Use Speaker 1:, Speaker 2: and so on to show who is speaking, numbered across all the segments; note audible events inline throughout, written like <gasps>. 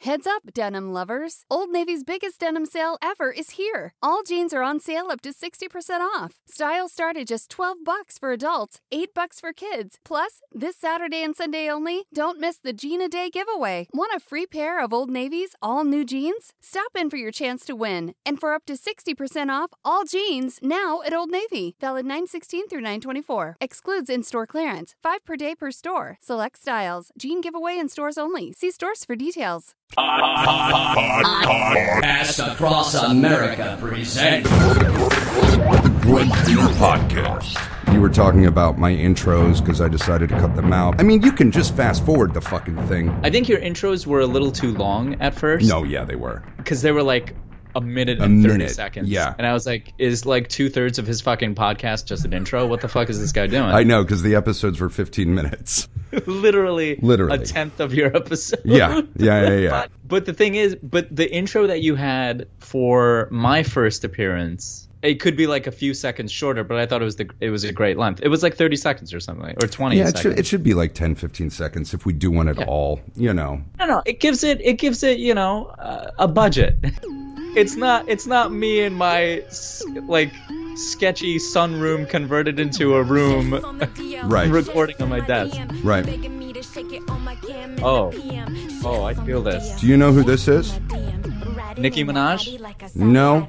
Speaker 1: Heads up, denim lovers! Old Navy's biggest denim sale ever is here. All jeans are on sale up to 60% off. Styles start at just 12 bucks for adults, 8 bucks for kids. Plus, this Saturday and Sunday only, don't miss the Jean a Day giveaway. Want a free pair of Old Navy's all new jeans? Stop in for your chance to win. And for up to 60% off all jeans now at Old Navy. Valid 916 through 924. Excludes in store clearance. 5 per day per store. Select styles. Jean giveaway in stores only. See stores for details.
Speaker 2: Podcast across America presents.
Speaker 3: You were talking about my intros because I decided to cut them out. I mean, you can just fast forward the fucking thing.
Speaker 4: I think your intros were a little too long at first.
Speaker 3: No, yeah, they were.
Speaker 4: Because they were like a minute and 30
Speaker 3: minute,
Speaker 4: seconds.
Speaker 3: yeah.
Speaker 4: And I was like, is like two thirds of his fucking podcast just an intro? What the fuck is this guy doing?
Speaker 3: I know because the episodes were 15 minutes.
Speaker 4: <laughs> literally,
Speaker 3: Literally.
Speaker 4: a tenth of your <laughs> episode.
Speaker 3: Yeah, yeah, yeah, yeah.
Speaker 4: But, but the thing is, but the intro that you had for my first appearance. It could be like a few seconds shorter, but I thought it was the it was a great length. It was like thirty seconds or something, or twenty.
Speaker 3: Yeah, it
Speaker 4: seconds.
Speaker 3: should, it should be like 10, 15 seconds if we do one at all. You know,
Speaker 4: No, no, it gives it it gives it you know uh, a budget. It's not it's not me and my s- like sketchy sunroom converted into a room.
Speaker 3: Right.
Speaker 5: Recording on my desk.
Speaker 3: Right.
Speaker 5: Oh. Oh, I feel this.
Speaker 3: Do you know who this is?
Speaker 5: Nicki Minaj?
Speaker 3: No.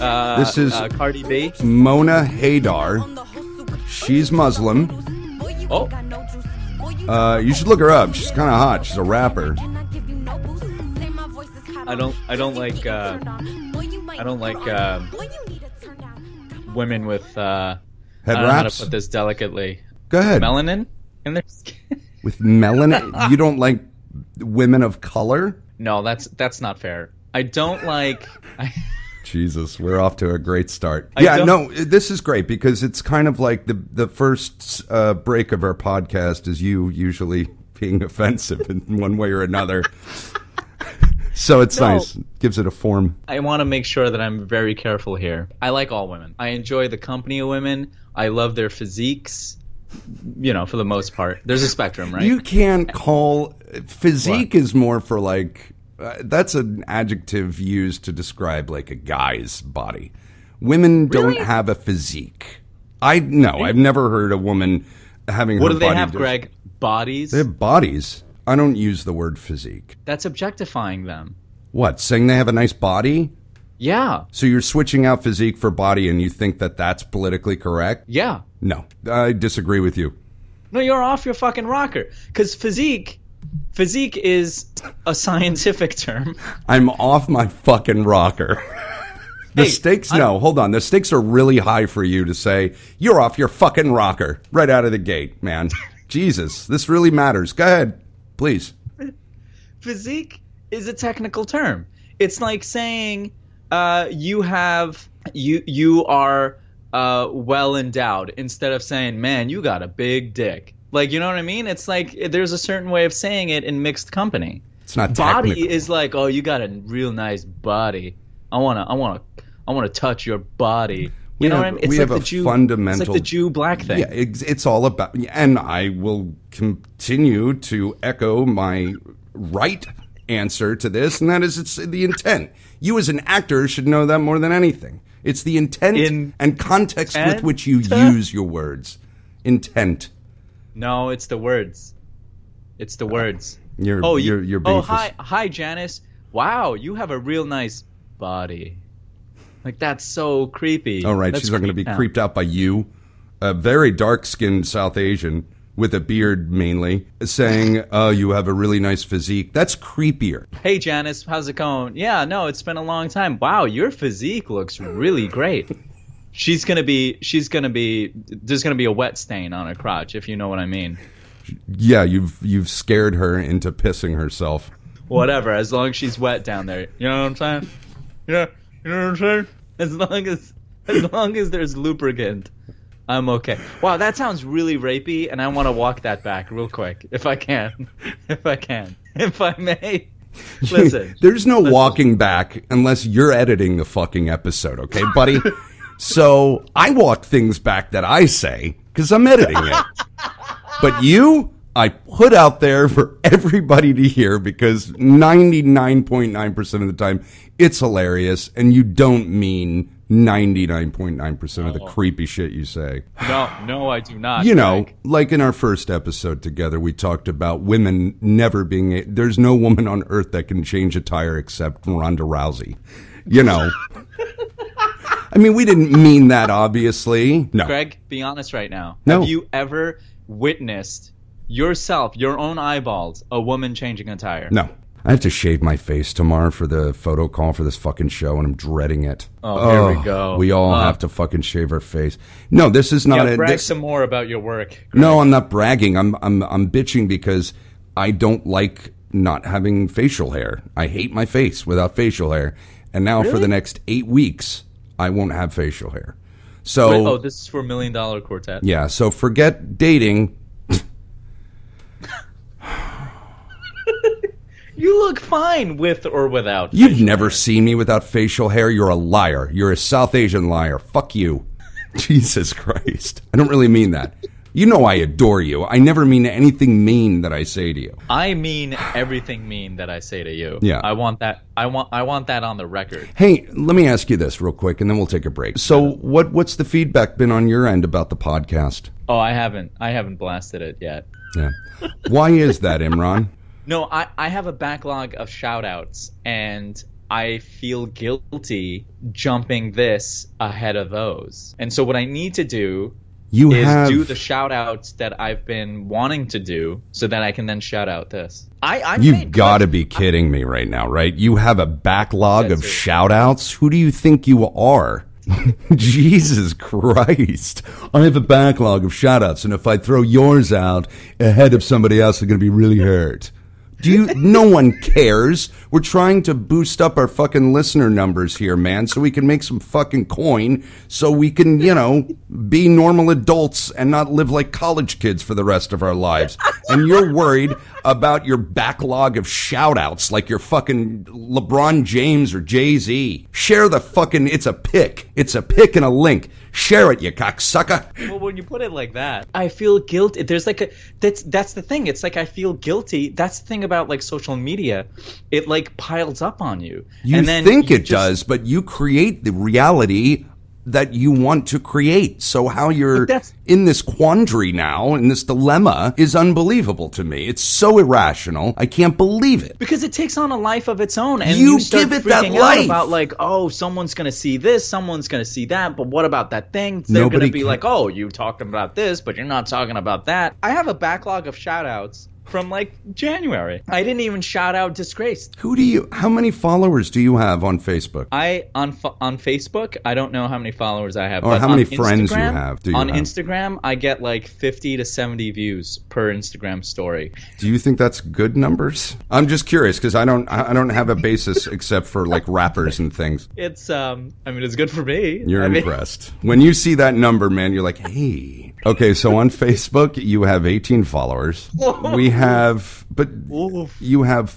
Speaker 4: Uh,
Speaker 3: This is-
Speaker 4: uh, Cardi B.
Speaker 3: Mona Haydar. She's Muslim.
Speaker 5: Oh.
Speaker 3: Uh, you should look her up. She's kind of hot. She's a rapper.
Speaker 5: I don't. I don't like. Uh, I don't like uh,
Speaker 4: Women with uh,
Speaker 3: Head
Speaker 4: I don't know how to
Speaker 3: wraps.
Speaker 4: put this delicately.
Speaker 3: Go ahead.
Speaker 4: Melanin in their skin.
Speaker 3: With melanin. you don't like women of color?
Speaker 4: no, that's that's not fair. I don't like. I,
Speaker 3: Jesus, we're off to a great start.
Speaker 4: I
Speaker 3: yeah,
Speaker 4: don't-
Speaker 3: no, this is great because it's kind of like the the first uh, break of our podcast is you usually being <laughs> offensive in one way or
Speaker 4: <laughs>
Speaker 3: another. so it's nice, gives it a form.
Speaker 4: I want to make sure that I'm very careful here. I like all women. I enjoy the company of women. I love their physiques. You know, for the most part, there's a spectrum, right?
Speaker 3: You can call physique is more for like uh, that's an adjective used to describe like a guy's body. Women don't have a physique. I no, I've never heard a woman having
Speaker 4: What
Speaker 3: her
Speaker 4: do they
Speaker 3: body
Speaker 4: have,
Speaker 3: des-
Speaker 4: Greg? Bodies.
Speaker 3: They have bodies. I don't use the word physique.
Speaker 4: That's objectifying them.
Speaker 3: What? Saying they have a nice body?
Speaker 4: Yeah,
Speaker 3: So you're switching out physique for body and you think that that's politically correct?
Speaker 4: yeah.
Speaker 3: No. I disagree with you.
Speaker 4: No, you're off your fucking rocker. Because physique, physique is a scientific term.
Speaker 3: I'm off my fucking
Speaker 4: <laughs>
Speaker 3: rocker. the
Speaker 4: Hey,
Speaker 3: stakes, no, hold on. The stakes are really high for you to say, you're off your fucking rocker right out of the gate,
Speaker 4: <laughs>
Speaker 3: man. Jesus, this really matters. Go ahead, please.
Speaker 4: physique is a technical term. It's like saying uh, you have you you are uh, well endowed instead of saying, "Man, you got a big dick." Like you know what I mean? It's like there's a certain way of saying it in mixed company.
Speaker 3: It's not
Speaker 4: Body
Speaker 3: technical.
Speaker 4: is like, "Oh, you got a real nice body. I wanna I wanna I wanna touch your body." You
Speaker 3: We
Speaker 4: know
Speaker 3: have-
Speaker 4: what I mean? It's
Speaker 3: we have
Speaker 4: like the
Speaker 3: a
Speaker 4: Jew, It's
Speaker 3: fundamental-
Speaker 4: like the Jew black thing.
Speaker 3: Yeah, it's, it's all about, and I will continue to echo my right answer to this, and that is it's the intent. You, as an actor, should know that more than anything. It's the intent
Speaker 4: In-
Speaker 3: and context with
Speaker 4: Intent?
Speaker 3: which you use your words. Intent.
Speaker 4: No, it's the words. It's the words.
Speaker 3: You're-
Speaker 4: oh, you-
Speaker 3: you're- you're being
Speaker 4: oh,
Speaker 3: fas-
Speaker 4: hi, hi, Janice. Wow, you have a real nice body. Like that's so creepy.
Speaker 3: All right,
Speaker 4: That's
Speaker 3: she's not going to
Speaker 4: creep
Speaker 3: be
Speaker 4: now.
Speaker 3: creeped out by you, a very dark-skinned South Asian with a beard mainly, saying, "Oh, you have a really nice physique." That's creepier.
Speaker 4: Hey, Janice, how's it going? Yeah, no, it's been a long time. Wow, your physique looks really great. She's gonna be. She's gonna be. There's gonna be a wet stain on her crotch, if you know what I mean.
Speaker 3: Yeah, you've you've scared her into pissing herself.
Speaker 4: Whatever, as long as she's wet down there. You know what I'm saying? Yeah, you know what I'm saying? As long as as long as there's lubricant, I'm okay. Wow, that sounds really rapey, and I want to walk that back real quick if I can, <laughs> if I can, if I
Speaker 3: <laughs>
Speaker 4: may. Listen,
Speaker 3: There's no walking back unless you're editing the fucking episode, okay,
Speaker 4: <laughs>
Speaker 3: buddy? so I walk things back that I say because I'm editing it. But you, I put out there for everybody to hear because 99.9% of the time it's hilarious and you don't mean 99.9%
Speaker 4: Oh.
Speaker 3: of the creepy shit you say.
Speaker 4: No, no, I do not.
Speaker 3: You know,
Speaker 4: Greg.
Speaker 3: like in our first episode together, we talked about women never being. A, there's no woman on earth that can change a tire except Ronda Rousey. You
Speaker 4: <laughs>
Speaker 3: know. I mean, we didn't mean that, obviously. No.
Speaker 4: Greg, be honest right now.
Speaker 3: No.
Speaker 4: Have you ever witnessed yourself, your own eyeballs, a woman changing a tire?
Speaker 3: No. I have to shave my face tomorrow for the photo call for this fucking show, and I'm dreading it.
Speaker 4: Oh, here we go. Uh.
Speaker 3: We all have to fucking shave our face. No, this is not
Speaker 4: Yeah,
Speaker 3: a.
Speaker 4: brag
Speaker 3: this-
Speaker 4: some more about your work.
Speaker 3: No, I'm not bragging. I'm I'm I'm bitching because I don't like not having facial hair. I hate my face without facial hair. And now for the next 8 weeks, I won't have facial hair. So
Speaker 4: Wait, oh, this is for Million Dollar Quartet.
Speaker 3: yeah, so forget dating.
Speaker 4: You look fine with or without.
Speaker 3: You've never seen me without facial hair. You're a liar. You're a South Asian liar. Fuck
Speaker 4: <laughs>
Speaker 3: you. Jesus Christ. I don't really mean that. You know I adore you. I never mean anything mean that I say to you.
Speaker 4: I mean everything mean that I say to you.
Speaker 3: Yeah.
Speaker 4: I want that. I want. I want that on the record.
Speaker 3: Hey, let me ask you this real quick, and then we'll take a break. So, what what's the feedback been on your end about the podcast?
Speaker 4: Oh, I haven't. I haven't blasted it yet.
Speaker 3: Yeah, <laughs> why is that, Imran?
Speaker 4: No, I, I have a backlog of shout outs and I feel guilty jumping this ahead of those. And so what I need to do
Speaker 3: You
Speaker 4: is
Speaker 3: have
Speaker 4: do the shout outs that I've been wanting to do so that I can then shout out this. I, I
Speaker 3: you've got to be kidding me right now, right? You have a backlog of
Speaker 4: That's it.
Speaker 3: shout outs. Who do you think you are? <laughs> Jesus Christ. I have a backlog of shout outs, and if I throw yours out ahead of somebody else, they're going to be really hurt. Do you? No one cares. We're trying to boost up our fucking listener numbers here, man, so we can make some fucking coin, so we can, you know, be normal adults and not live like college kids for the rest of our lives. And you're worried about your backlog of shout outs like you're fucking LeBron James or Jay Z. Share the fucking, it's a pick. It's a pick and a link. Share it, you cocksucker.
Speaker 4: Well, when you put it like that, I feel guilty. There's like a that's that's the thing. It's like I feel guilty. That's the thing about like social media. It like piles up on you.
Speaker 3: You
Speaker 4: and then
Speaker 3: think
Speaker 4: you
Speaker 3: it
Speaker 4: just-
Speaker 3: does, but you create the reality that you want to create. So how you're
Speaker 4: But that's-
Speaker 3: in this quandary now, in this dilemma, is unbelievable to me. It's so irrational. I can't believe it.
Speaker 4: because it takes on a life of its own and
Speaker 3: You
Speaker 4: you, start
Speaker 3: give it
Speaker 4: freaking
Speaker 3: that
Speaker 4: out
Speaker 3: life.
Speaker 4: about like oh someone's gonna see this someone's gonna see that but what about that thing they're
Speaker 3: Nobody
Speaker 4: gonna be
Speaker 3: ca-
Speaker 4: like oh you talked about this but you're not talking about that i have a backlog of shout outs from like january i didn't even shout out disgraced
Speaker 3: Who do you? How many followers do you have on Facebook?
Speaker 4: i on Fa- on facebook i don't know how many followers i have
Speaker 3: Or
Speaker 4: but
Speaker 3: how many
Speaker 4: on
Speaker 3: friends you
Speaker 4: Instagram-
Speaker 3: have, do you
Speaker 4: on
Speaker 3: have?
Speaker 4: instagram i get like 50 to 70 views per instagram story
Speaker 3: Do you think that's good numbers? I'm just curious because I don't. I I don't have a basis <laughs> except for like rappers and things.
Speaker 4: it's um i mean it's good for me
Speaker 3: You're
Speaker 4: I mean-
Speaker 3: impressed. When you see that number, man, you're like, hey. Okay, so on Facebook, you have 18 followers. We have, but you have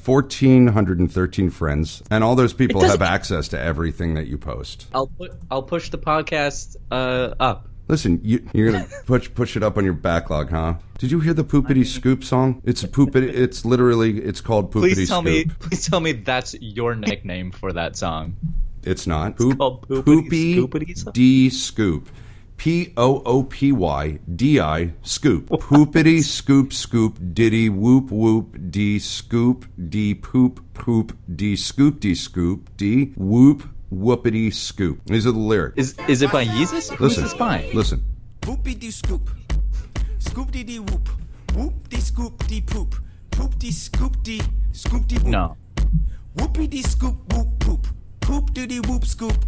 Speaker 3: 1,413 friends, and all those people have access to everything that you post.
Speaker 4: I'll put I'll push the podcast uh, up.
Speaker 3: Listen, you, you're
Speaker 4: <laughs>
Speaker 3: gonna push push it up on your backlog, huh? Did you hear the poopity scoop song? It's a poopity. It's literally. It's called poopity
Speaker 4: Please tell
Speaker 3: scoop.
Speaker 4: me please tell me that's your nickname for that song.
Speaker 3: It's not.
Speaker 4: called Poopity
Speaker 3: Poopy
Speaker 4: Scoopity something?
Speaker 3: D Scoop. P O O P Y D I Scoop. Poopity Scoop Scoop Diddy Whoop Whoop D Scoop D Poop Poop D Scoop D Scoop D Whoop Whoopity Scoop. These are the lyrics.
Speaker 4: Is is it by Yeezus? Who's
Speaker 3: Listen.
Speaker 4: this by?
Speaker 3: Listen.
Speaker 6: Whoopy doo scoop. Scoop dee dee whoop. Whoop dee scoop dee poop. Poop dee scoop dee. Scoop dee whoop.
Speaker 4: No.
Speaker 6: Whoopy dee scoop whoop poop. Poop doo dee whoop scoop.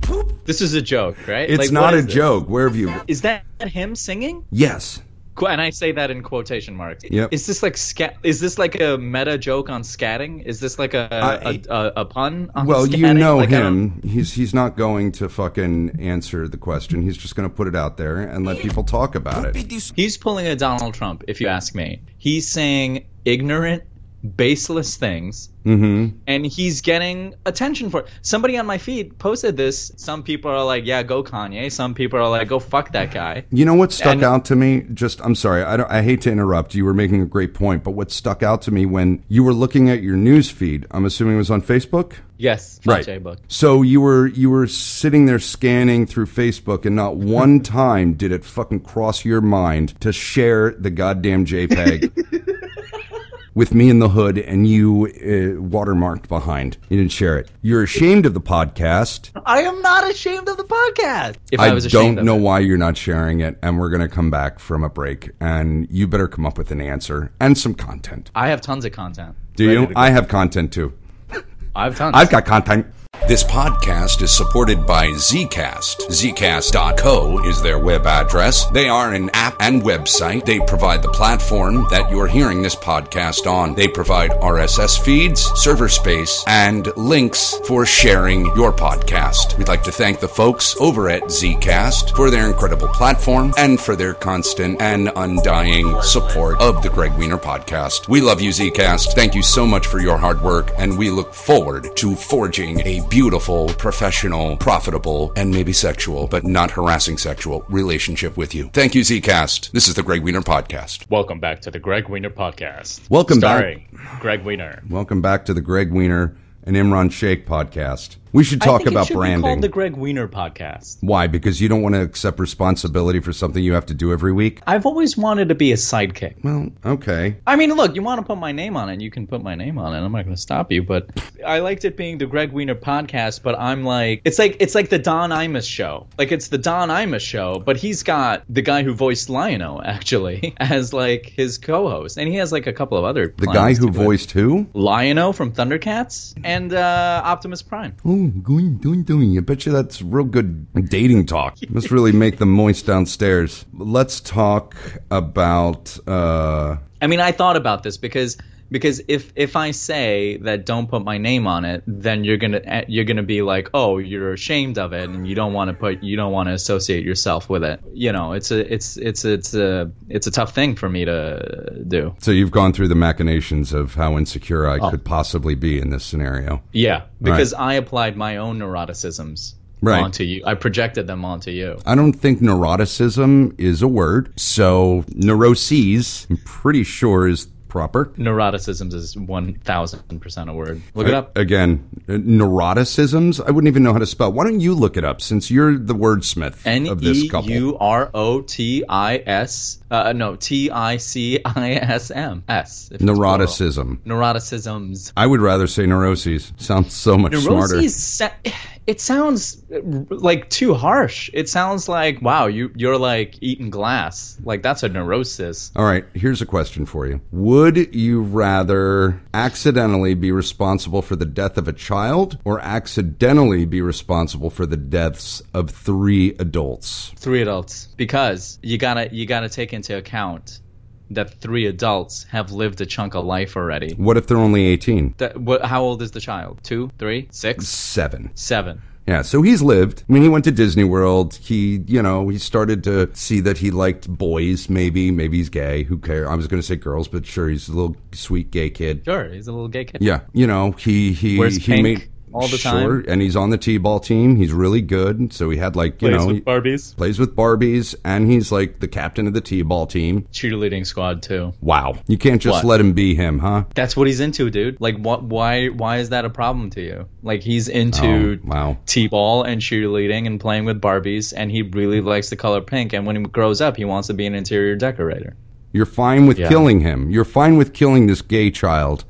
Speaker 6: Poop.
Speaker 4: This is a joke, right?
Speaker 3: It's
Speaker 4: Like,
Speaker 3: not
Speaker 4: what
Speaker 3: a
Speaker 4: is this?
Speaker 3: joke. Where have you?
Speaker 4: Is that him singing?
Speaker 3: Yes.
Speaker 4: Qu- And I say that in quotation marks.
Speaker 3: Yep.
Speaker 4: Is this like scat? Is this like a meta joke on scatting? Is this like a
Speaker 3: I-
Speaker 4: a, a, a pun? On
Speaker 3: Well, you
Speaker 4: scatting?
Speaker 3: know
Speaker 4: Like, I don't-
Speaker 3: him. He's he's not going to fucking answer the question. He's just going to put it out there and let people talk about it.
Speaker 6: Whoopy doo scoop.
Speaker 4: He's pulling a Donald Trump, if you ask me. He's saying ignorant, baseless things
Speaker 3: Mm-hmm.
Speaker 4: and he's getting attention for it. Somebody on my feed posted this. Some people are like, "Yeah, go Kanye." Some people are like, "Go fuck that guy."
Speaker 3: You know what stuck
Speaker 4: And-
Speaker 3: out to me? Just, I'm sorry, I, don't, I hate to interrupt. You were making a great point, but what stuck out to me when you were looking at your news feed, I'm assuming it was on Facebook?
Speaker 4: Yes,
Speaker 3: Right.
Speaker 4: J book.
Speaker 3: So you were you were sitting there scanning through Facebook, and
Speaker 4: <laughs>
Speaker 3: not one time did it fucking cross your mind to share the goddamn
Speaker 4: <laughs>
Speaker 3: JPEG with me in the hood and you uh, watermarked behind. You didn't share it. You're ashamed of the podcast.
Speaker 4: I am not ashamed of the podcast. If I,
Speaker 3: I,
Speaker 4: was ashamed
Speaker 3: don't
Speaker 4: of
Speaker 3: know
Speaker 4: it.
Speaker 3: why you're not sharing it, and we're gonna come back from a break, and you better come up with an answer and some content.
Speaker 4: I have tons of content.
Speaker 3: Do
Speaker 4: Ready
Speaker 3: you?
Speaker 4: to go.
Speaker 3: I have content too.
Speaker 4: I have tons.
Speaker 3: I've got content.
Speaker 7: This podcast is supported by Zcast. Zcast.co is their web address. They are an app and website. They provide the platform that you're hearing this podcast on. They provide RSS feeds, server space, and links for sharing your podcast. We'd like to thank the folks over at Zcast for their incredible platform and for their constant and undying support of the Greg Wiener podcast. We love you, Zcast. Thank you so much for your hard work, and we look forward to forging a beautiful, professional, profitable, and maybe sexual, but not harassing sexual relationship with you. Thank you, Zcast. This is the Greg Wiener podcast.
Speaker 8: Welcome back to the Greg Wiener podcast.
Speaker 3: Welcome back.
Speaker 8: Starring Greg Wiener.
Speaker 3: Welcome back to the Greg Wiener and Imran Sheikh podcast. We should talk
Speaker 4: I think
Speaker 3: about
Speaker 4: it should Be
Speaker 3: branding.
Speaker 4: called the Greg Wiener podcast.
Speaker 3: Why? Because you don't want to accept responsibility for something you have to do every week?
Speaker 4: I've always wanted to be a sidekick.
Speaker 3: Well, okay.
Speaker 4: I mean, look, you want to put my name on it, you can put my name on it. I'm not going to stop you, but I liked it being the Greg Wiener podcast. But I'm like, it's like it's like the Don Imus show. Like it's the Don Imus show, but he's got the guy who voiced Lion-O <laughs> actually as like his co-host, and he has like a couple of other
Speaker 3: The guy who voiced who?
Speaker 4: Lion-O from Thundercats and uh, Optimus Prime.
Speaker 3: Oh, going, doing, doing. I bet you that's real good dating <laughs> talk. Must really make them moist downstairs. Let's talk about. uh
Speaker 4: I mean, I thought about this because because if if I say that don't put my name on it, then you're gonna eh, you're gonna be like, oh, you're ashamed of it, and you don't want to put you don't want to associate yourself with it. You know, it's a it's it's it's a it's a tough thing for me to do.
Speaker 3: So you've gone through the machinations of how insecure I could possibly be in this scenario.
Speaker 4: Yeah, because I applied my own neuroticisms
Speaker 3: Right.
Speaker 4: onto you. I projected them onto you.
Speaker 3: I don't think neuroticism is a word. So neuroses, I'm pretty sure, is proper.
Speaker 4: Neuroticisms is one thousand percent a word. Look it up.
Speaker 3: Again, uh, neuroticisms. I wouldn't even know how to spell. Why don't you look it up since you're the wordsmith
Speaker 4: N
Speaker 3: of this
Speaker 4: e
Speaker 3: couple?
Speaker 4: u r o t i s uh, no t i c i s m s if it's
Speaker 3: Neuroticism.
Speaker 4: plural. neuroticisms
Speaker 3: I would rather say neuroses. Sounds so much
Speaker 4: neuroses sa- it sounds uh, like too harsh it sounds like wow you you're like eating glass like that's a neurosis
Speaker 3: smarter. All right, here's a question for you. Would you rather accidentally be responsible for the death of a child or accidentally be responsible for the deaths of three adults?
Speaker 4: three adults because you gotta you gotta take into account that three adults have lived a chunk of life already
Speaker 3: What if they're only 18?
Speaker 4: that, what, how old is the child two three six
Speaker 3: Seven.
Speaker 4: seven
Speaker 3: Yeah, so he's lived. I mean, he went to Disney World. He, you know, he started to see that he liked boys, maybe. Maybe he's gay. Who cares? I was going to say girls, but sure, he's a little sweet gay kid.
Speaker 4: sure he's a little gay kid
Speaker 3: Yeah, you know, he, he,
Speaker 4: Wears
Speaker 3: he
Speaker 4: pink
Speaker 3: made.
Speaker 4: all the
Speaker 3: sure, and he's on the T-ball team. He's really good. So he had like, you know, he
Speaker 8: Barbies.
Speaker 3: plays with Barbies and he's like the captain of the T-ball team.
Speaker 4: cheerleading squad too
Speaker 3: Wow. You can't just
Speaker 4: What?
Speaker 3: let him be him, huh?
Speaker 4: That's what he's into, dude. Like, what? Why? Why is that a problem to you? Like, he's
Speaker 3: Oh,
Speaker 4: into
Speaker 3: wow.
Speaker 4: t-ball and cheerleading and playing with Barbies, and he really likes the color pink. And when he grows up, he wants to be an interior decorator.
Speaker 3: You're fine with
Speaker 4: Yeah.
Speaker 3: killing him. You're fine with killing this gay child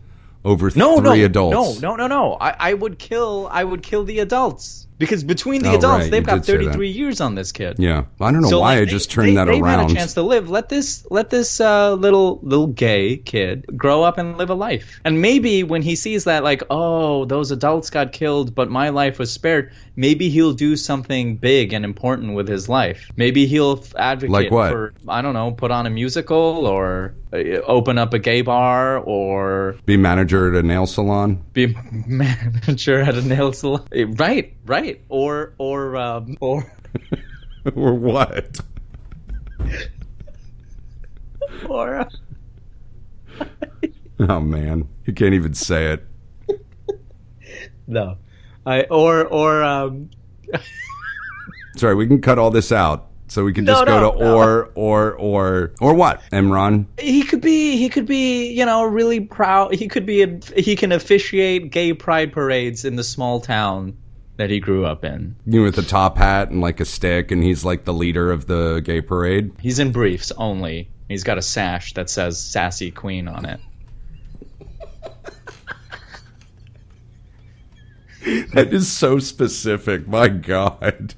Speaker 3: over
Speaker 4: No,
Speaker 3: three
Speaker 4: no,
Speaker 3: adults.
Speaker 4: no, no, no, no. I, I would kill. I would kill the adults because between the
Speaker 3: Oh,
Speaker 4: adults,
Speaker 3: right,
Speaker 4: they've
Speaker 3: you
Speaker 4: got
Speaker 3: did say that.
Speaker 4: 33 years on this kid.
Speaker 3: Yeah, I don't know
Speaker 4: So,
Speaker 3: why
Speaker 4: like,
Speaker 3: I
Speaker 4: they-
Speaker 3: just turned
Speaker 4: they-
Speaker 3: that
Speaker 4: they've
Speaker 3: around.
Speaker 4: had a chance to live. Let this let this uh, little little gay kid grow up and live a life. And maybe when he sees that, like, oh, those adults got killed, but my life was spared. Maybe he'll do something big and important with his life. Maybe he'll f- advocate
Speaker 3: Like what?
Speaker 4: for I don't know, put on a musical or uh, open up a gay bar or
Speaker 3: Be manager at a nail salon. <laughs>
Speaker 4: be <laughs> a manager at a nail salon. Eh, Right, right, or or um, or.
Speaker 3: or what?
Speaker 4: uh, or
Speaker 3: Oh man, you can't even say it.
Speaker 4: No, I or or um.
Speaker 3: Sorry, we can cut all this out. So we can just
Speaker 4: No,
Speaker 3: go
Speaker 4: no,
Speaker 3: to
Speaker 4: no.
Speaker 3: or or or or what? Emron.
Speaker 4: he could be he could be you know really proud he could be a, he can officiate gay pride parades in the small town that he grew up in
Speaker 3: You know, with a top hat and like a stick and he's like the leader of the gay parade.
Speaker 4: he's in briefs only he's got a sash that says sassy queen on it
Speaker 3: <laughs> That is so specific. My god.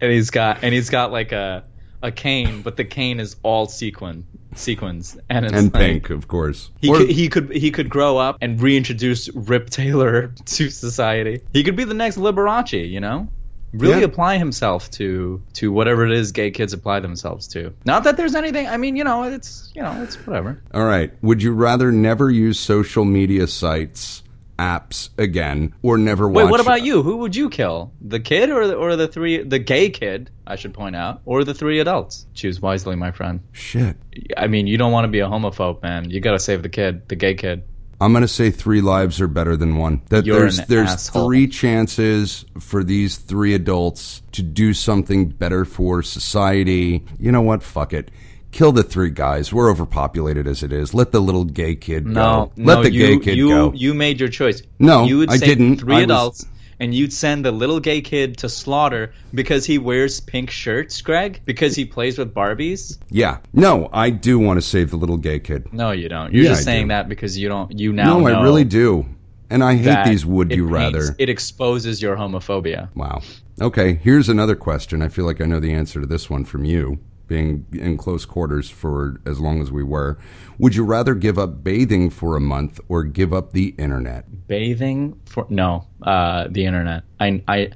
Speaker 4: and he's got and he's got like a a cane but the cane is all sequin sequins and it's
Speaker 3: And
Speaker 4: like,
Speaker 3: pink, of course.
Speaker 4: He,
Speaker 3: Or-
Speaker 4: could, he could he could grow up and reintroduce Rip Taylor <laughs> to society. He could be the next Liberace, you know? Really
Speaker 3: Yeah.
Speaker 4: apply himself to to whatever it is gay kids apply themselves to. Not that there's anything. I mean, you know, it's you know, it's whatever.
Speaker 3: All right. Would you rather never use social media sites, apps again, or never
Speaker 4: Wait,
Speaker 3: watch?
Speaker 4: what about you? Who would you kill? The kid or the, or the three the gay kid? I should point out, or the three adults? Choose wisely, my friend.
Speaker 3: Shit.
Speaker 4: I mean, you don't want to be a homophobe, man. You gotta save the kid, the gay kid.
Speaker 3: I'm gonna say three lives are better than one. That
Speaker 4: You're
Speaker 3: there's
Speaker 4: an
Speaker 3: there's
Speaker 4: asshole.
Speaker 3: three chances for these three adults to do something better for society. You know what? Fuck it. Kill the three guys. We're overpopulated as it is. Let the little gay kid
Speaker 4: No,
Speaker 3: go. Let
Speaker 4: no,
Speaker 3: the
Speaker 4: you,
Speaker 3: gay kid
Speaker 4: you,
Speaker 3: go.
Speaker 4: You made your choice.
Speaker 3: No,
Speaker 4: you would
Speaker 3: I
Speaker 4: save
Speaker 3: didn't.
Speaker 4: Three
Speaker 3: I was-
Speaker 4: adults, and you'd send the little gay kid to slaughter because he wears pink shirts, Greg. Because he plays with Barbies.
Speaker 3: yeah. No, I do want to save the little gay kid.
Speaker 4: No, you don't. You're
Speaker 3: Yeah,
Speaker 4: just
Speaker 3: I
Speaker 4: saying
Speaker 3: do.
Speaker 4: that because you don't. You now.
Speaker 3: no,
Speaker 4: know
Speaker 3: I really do. And I hate
Speaker 4: that
Speaker 3: these would
Speaker 4: it
Speaker 3: you
Speaker 4: paints-
Speaker 3: rather.
Speaker 4: It exposes your homophobia.
Speaker 3: Wow. Okay, here's another question. I feel like I know the answer to this one from you, being in close quarters for as long as we were. Would you rather give up bathing for a month or give up the internet?
Speaker 4: bathing for no uh the internet i i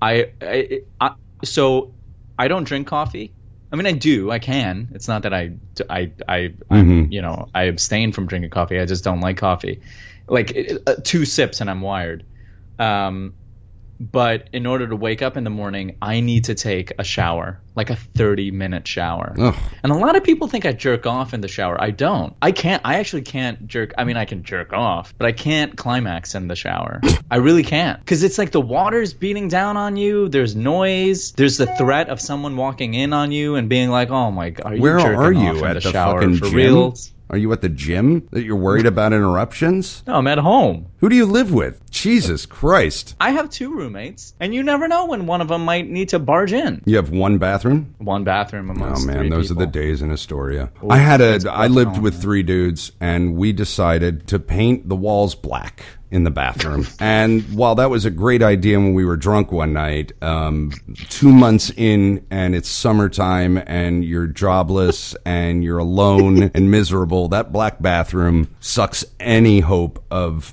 Speaker 4: i, I, I so i don't drink coffee i mean i do i can it's not that i i i I'm, you know i abstain from drinking coffee i just don't like coffee like it- uh, two sips and i'm wired um but in order to wake up in the morning i need to take a shower like a 30 minute shower
Speaker 3: Ugh.
Speaker 4: and a lot of people think I jerk off in the shower. I don't. I can't. I actually can't jerk. I mean, I can jerk off, but I can't climax in the shower. I really can't. Because it's like the water's beating down on you. There's noise. There's the threat of someone walking in on you and being like, oh my God, are you
Speaker 3: Where
Speaker 4: jerking
Speaker 3: are
Speaker 4: off in
Speaker 3: you at
Speaker 4: the,
Speaker 3: the,
Speaker 4: shower
Speaker 3: fucking
Speaker 4: for
Speaker 3: gym?
Speaker 4: real?
Speaker 3: Are you at the gym that you're worried about interruptions?
Speaker 4: No, I'm at home.
Speaker 3: Who do you live with? Jesus Christ.
Speaker 4: I have two roommates, and you never know when one of them might need to barge in.
Speaker 3: You have one bathroom?
Speaker 4: One bathroom amongst
Speaker 3: Oh man,
Speaker 4: three
Speaker 3: those are the
Speaker 4: people.
Speaker 3: days in Astoria. I had a I lived with three dudes and we decided to paint the walls black in the bathroom. and while that was a great idea when we were drunk one night, um, two months in and it's summertime and you're jobless and you're alone and miserable, that black bathroom sucks any hope of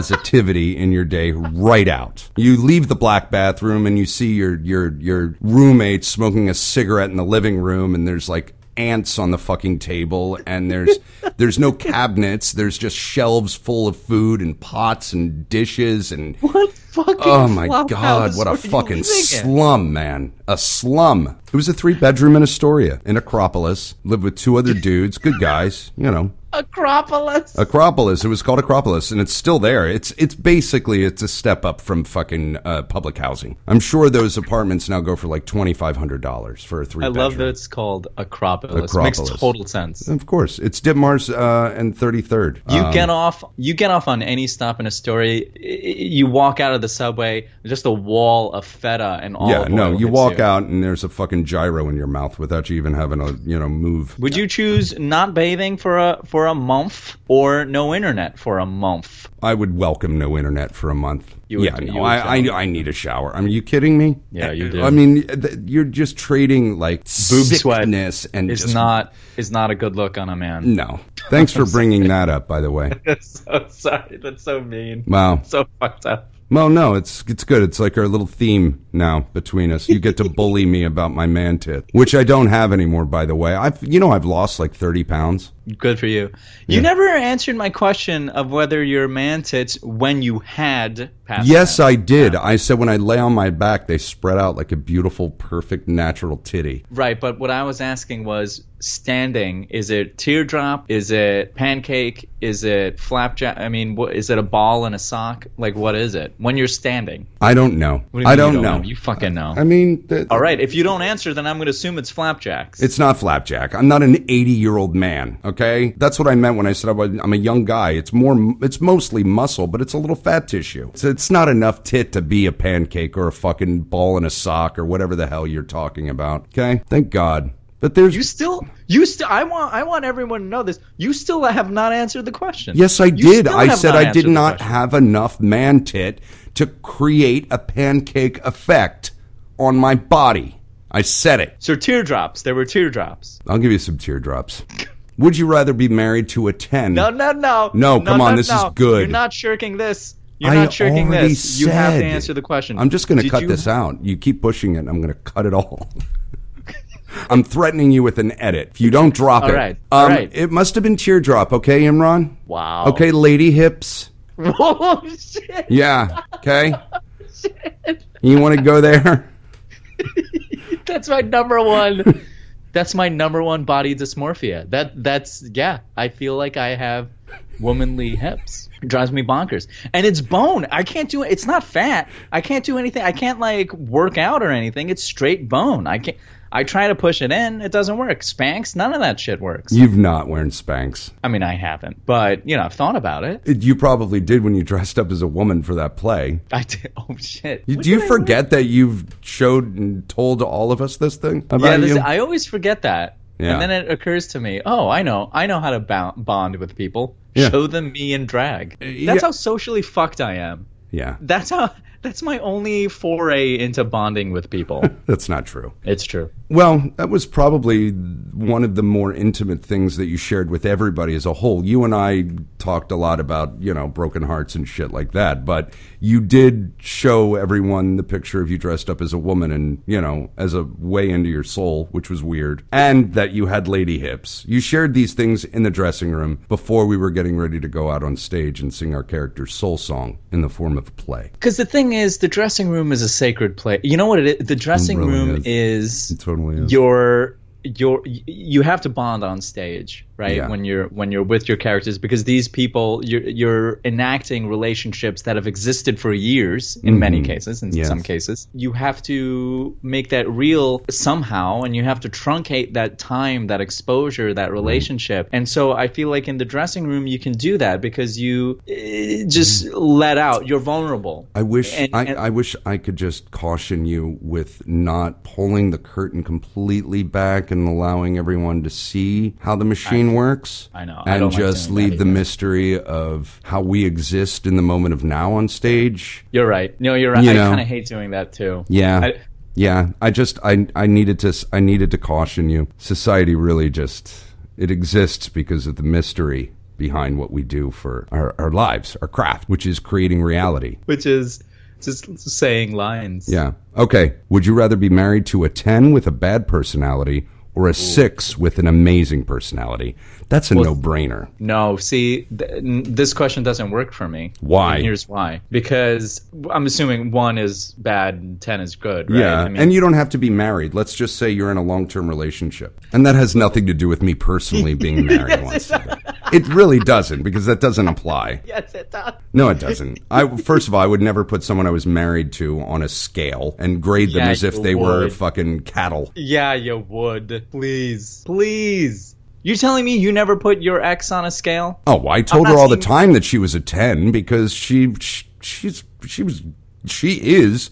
Speaker 3: positivity in your day right out. You leave the black bathroom and you see your your your roommate smoking a cigarette in the living room and there's like ants on the fucking table and there's <laughs> there's no cabinets, there's just shelves full of food and pots and dishes and
Speaker 4: What fucking
Speaker 3: Oh my
Speaker 4: flop
Speaker 3: god,
Speaker 4: house
Speaker 3: what a
Speaker 4: were you
Speaker 3: fucking
Speaker 4: living in?
Speaker 3: slum, man. A slum. It was a three bedroom in Astoria, in Acropolis. Lived with two other dudes, good guys, you know,
Speaker 4: Acropolis.
Speaker 3: Acropolis. It was called Acropolis, and it's still there. It's it's basically it's a step up from fucking uh, public housing. I'm sure those apartments now go for like twenty five hundred dollars for a three.
Speaker 4: I love that
Speaker 3: bedroom.
Speaker 4: it's called Acropolis.
Speaker 3: Acropolis. Um,
Speaker 4: Makes total sense.
Speaker 3: Of course, it's Ditmars uh, and Um, Thirty Third.
Speaker 4: You get off. You get off on any stop in a story. You walk out of the subway, just a wall of feta and all.
Speaker 3: yeah, no, you walk out and there's a fucking gyro in your mouth without you even having a you know move.
Speaker 4: Would you choose not bathing for a for a month or no internet for a month?
Speaker 3: I would welcome no internet for a month.
Speaker 4: You would-
Speaker 3: yeah,
Speaker 4: you
Speaker 3: no,
Speaker 4: would
Speaker 3: I,
Speaker 4: tell
Speaker 3: I I need a shower. I mean, you kidding me?
Speaker 4: Yeah, you do.
Speaker 3: I mean, th- you're just trading like
Speaker 4: Boob sweat
Speaker 3: sickness and
Speaker 4: is
Speaker 3: Mm, just Mm.
Speaker 4: not is not a good look on a man.
Speaker 3: No. Thanks for bringing that up, by the
Speaker 4: <laughs>
Speaker 3: way.
Speaker 4: That's <laughs> so sorry. That's so mean.
Speaker 3: Wow.
Speaker 4: So fucked up.
Speaker 3: Well, no, it's it's good. It's like our little theme now between us. You get
Speaker 4: <laughs>
Speaker 3: to bully me about my man tit, which I don't have anymore, by the way. I've you know I've lost like thirty pounds.
Speaker 4: Good for you. You never answered my question of whether you're man tits when you had passed.
Speaker 3: Yes, I did. I said when I lay on my back, they spread out like a beautiful, perfect, natural titty.
Speaker 4: Right, but what I was asking was standing. Is it teardrop? Is it pancake? Is it flapjack? I mean, wha- is it a ball in a sock? Like, what is it when you're standing?
Speaker 3: I don't know.
Speaker 4: What do you
Speaker 3: I
Speaker 4: mean
Speaker 3: don't,
Speaker 4: you
Speaker 3: know.
Speaker 4: You fucking know.
Speaker 3: I mean, th-
Speaker 4: All right, if you don't answer, then I'm going to assume it's flapjacks.
Speaker 3: It's not flapjack. I'm not an 80 year old man. Okay, that's what I meant when I said I was- I'm a young guy. It's more. It's mostly muscle, but it's a little fat tissue. So it's not enough tit to be a pancake or a fucking ball in a sock or whatever the hell you're talking about. Okay, thank God. But there's
Speaker 4: you still, you still. I want, I want everyone to know this. You still have not answered the question.
Speaker 3: Yes, I
Speaker 4: You
Speaker 3: did.
Speaker 4: still
Speaker 3: I
Speaker 4: have
Speaker 3: said I
Speaker 4: answered
Speaker 3: did
Speaker 4: the
Speaker 3: not
Speaker 4: question.
Speaker 3: have enough man tit to create a pancake effect on my body. I said it.
Speaker 4: So teardrops. There were teardrops.
Speaker 3: I'll give you some teardrops. Would you rather be married to a 10?
Speaker 4: No, no, no.
Speaker 3: No, come on, this is good.
Speaker 4: You're not shirking this. You're
Speaker 3: I
Speaker 4: not shirking
Speaker 3: already
Speaker 4: this. you have to
Speaker 3: said-
Speaker 4: answer the question.
Speaker 3: I'm just going to
Speaker 4: Did
Speaker 3: cut
Speaker 4: you-
Speaker 3: this out. You keep pushing it, and I'm going to cut it all.
Speaker 4: <laughs>
Speaker 3: I'm threatening you with an edit if you don't drop
Speaker 4: All
Speaker 3: it.
Speaker 4: right,
Speaker 3: Um,
Speaker 4: all right.
Speaker 3: It must have been teardrop, okay, Imran?
Speaker 4: Wow.
Speaker 3: Okay, lady hips.
Speaker 4: <laughs> oh shit.
Speaker 3: Yeah,
Speaker 4: <laughs>
Speaker 3: okay. You want to go there?
Speaker 4: That's my number
Speaker 3: <laughs>
Speaker 4: one. that's my number one body dysmorphia. That that's yeah. I feel like I have womanly hips. It drives me bonkers. And it's bone. I can't do it. It's not fat. I can't do anything. I can't like work out or anything. It's straight bone. I can't. I try to push it in. It doesn't work. Spanx. None of that shit works.
Speaker 3: You've not worn Spanx.
Speaker 4: I mean, I haven't, but you know, I've thought about it. <laughs>
Speaker 3: It- You probably did when you dressed up as a woman for that play.
Speaker 4: I did. Oh shit!
Speaker 3: You-
Speaker 4: What
Speaker 3: Do you
Speaker 4: did I
Speaker 3: forget that you've showed and told all of us this thing about
Speaker 4: do? Yeah, this,
Speaker 3: you?
Speaker 4: I always forget that,
Speaker 3: Yeah.
Speaker 4: and then it occurs to me. Oh, I know. I know how to bo- bond with people.
Speaker 3: Yeah. Uh,
Speaker 4: Show them me in drag. That's
Speaker 3: yeah.
Speaker 4: how socially fucked I am.
Speaker 3: yeah,
Speaker 4: That's how. <laughs> That's my only foray into bonding with
Speaker 3: <laughs>
Speaker 4: people.
Speaker 3: that's not true.
Speaker 4: it's true.
Speaker 3: Well, that was probably one of the more intimate things that you shared with everybody as a whole. You and I talked a lot about, you know, broken hearts and shit like that, but you did show everyone the picture of you dressed up as a woman and, you know, as a way into your soul, which was weird, and that you had lady hips. You shared these things in the dressing room before we were getting ready to go out on stage and sing our character's soul song in the form of play.
Speaker 4: Because the thing is, the dressing room is a sacred place. You know what it is? The dressing
Speaker 3: really
Speaker 4: room is,
Speaker 3: totally is.
Speaker 4: your your y- you have to bond on stage, right?
Speaker 3: Yeah.
Speaker 4: When you're when you're with your characters, because these people you're you're enacting relationships that have existed for years in many cases, in
Speaker 3: Mm-hmm. Yes.
Speaker 4: some cases. You have to make that real somehow, and you have to truncate that time, that exposure, that relationship. And so I feel like in the dressing room you can do that because you eh, just
Speaker 3: Mm-hmm.
Speaker 4: let out. You're vulnerable.
Speaker 3: I wish
Speaker 4: And-
Speaker 3: I,
Speaker 4: and-
Speaker 3: I wish I could just caution you with not pulling the curtain completely back and allowing everyone to see how the machine works.
Speaker 4: I know. I
Speaker 3: And
Speaker 4: don't like
Speaker 3: just
Speaker 4: doing that
Speaker 3: leave the
Speaker 4: either.
Speaker 3: mystery of how we exist in the moment of now on stage.
Speaker 4: You're right. No, you're right.
Speaker 3: You
Speaker 4: I
Speaker 3: know.
Speaker 4: kind of hate doing that too.
Speaker 3: Yeah.
Speaker 4: I,
Speaker 3: yeah. I just I I needed to s- I needed to caution you. Society really just it exists because of the mystery behind what we do for our, our lives, our craft, which is creating reality.
Speaker 4: which is just saying lines.
Speaker 3: Yeah. Okay. Would you rather be married to a 10 with a bad personality or a 6 with an amazing personality? That's a no brainer.
Speaker 4: No, see, th- n- this question doesn't work for me.
Speaker 3: Why?
Speaker 4: And here's why. Because I'm assuming one is bad and ten is good. Right?
Speaker 3: Yeah.
Speaker 4: I mean, <laughs>
Speaker 3: and you don't have to be married. Let's just say you're in a long term relationship. And that has nothing to do with me personally being
Speaker 4: <laughs>
Speaker 3: married once. again. It really doesn't because that doesn't apply.
Speaker 4: yes, it does.
Speaker 3: No, it doesn't. I first of all, I would never put someone I was married to on a scale and grade them
Speaker 4: Yeah,
Speaker 3: as if
Speaker 4: you
Speaker 3: they were
Speaker 4: would.
Speaker 3: fucking cattle.
Speaker 4: Yeah, you would. Please, please. You're telling me you never put your ex on a scale?
Speaker 3: Oh, I told
Speaker 4: I'm
Speaker 3: her
Speaker 4: not
Speaker 3: all the
Speaker 4: saying-
Speaker 3: time that she was a ten because she, sh she's she was she is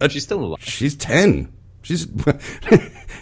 Speaker 3: Uh,
Speaker 4: She's still alive.
Speaker 3: she's ten. She's <laughs>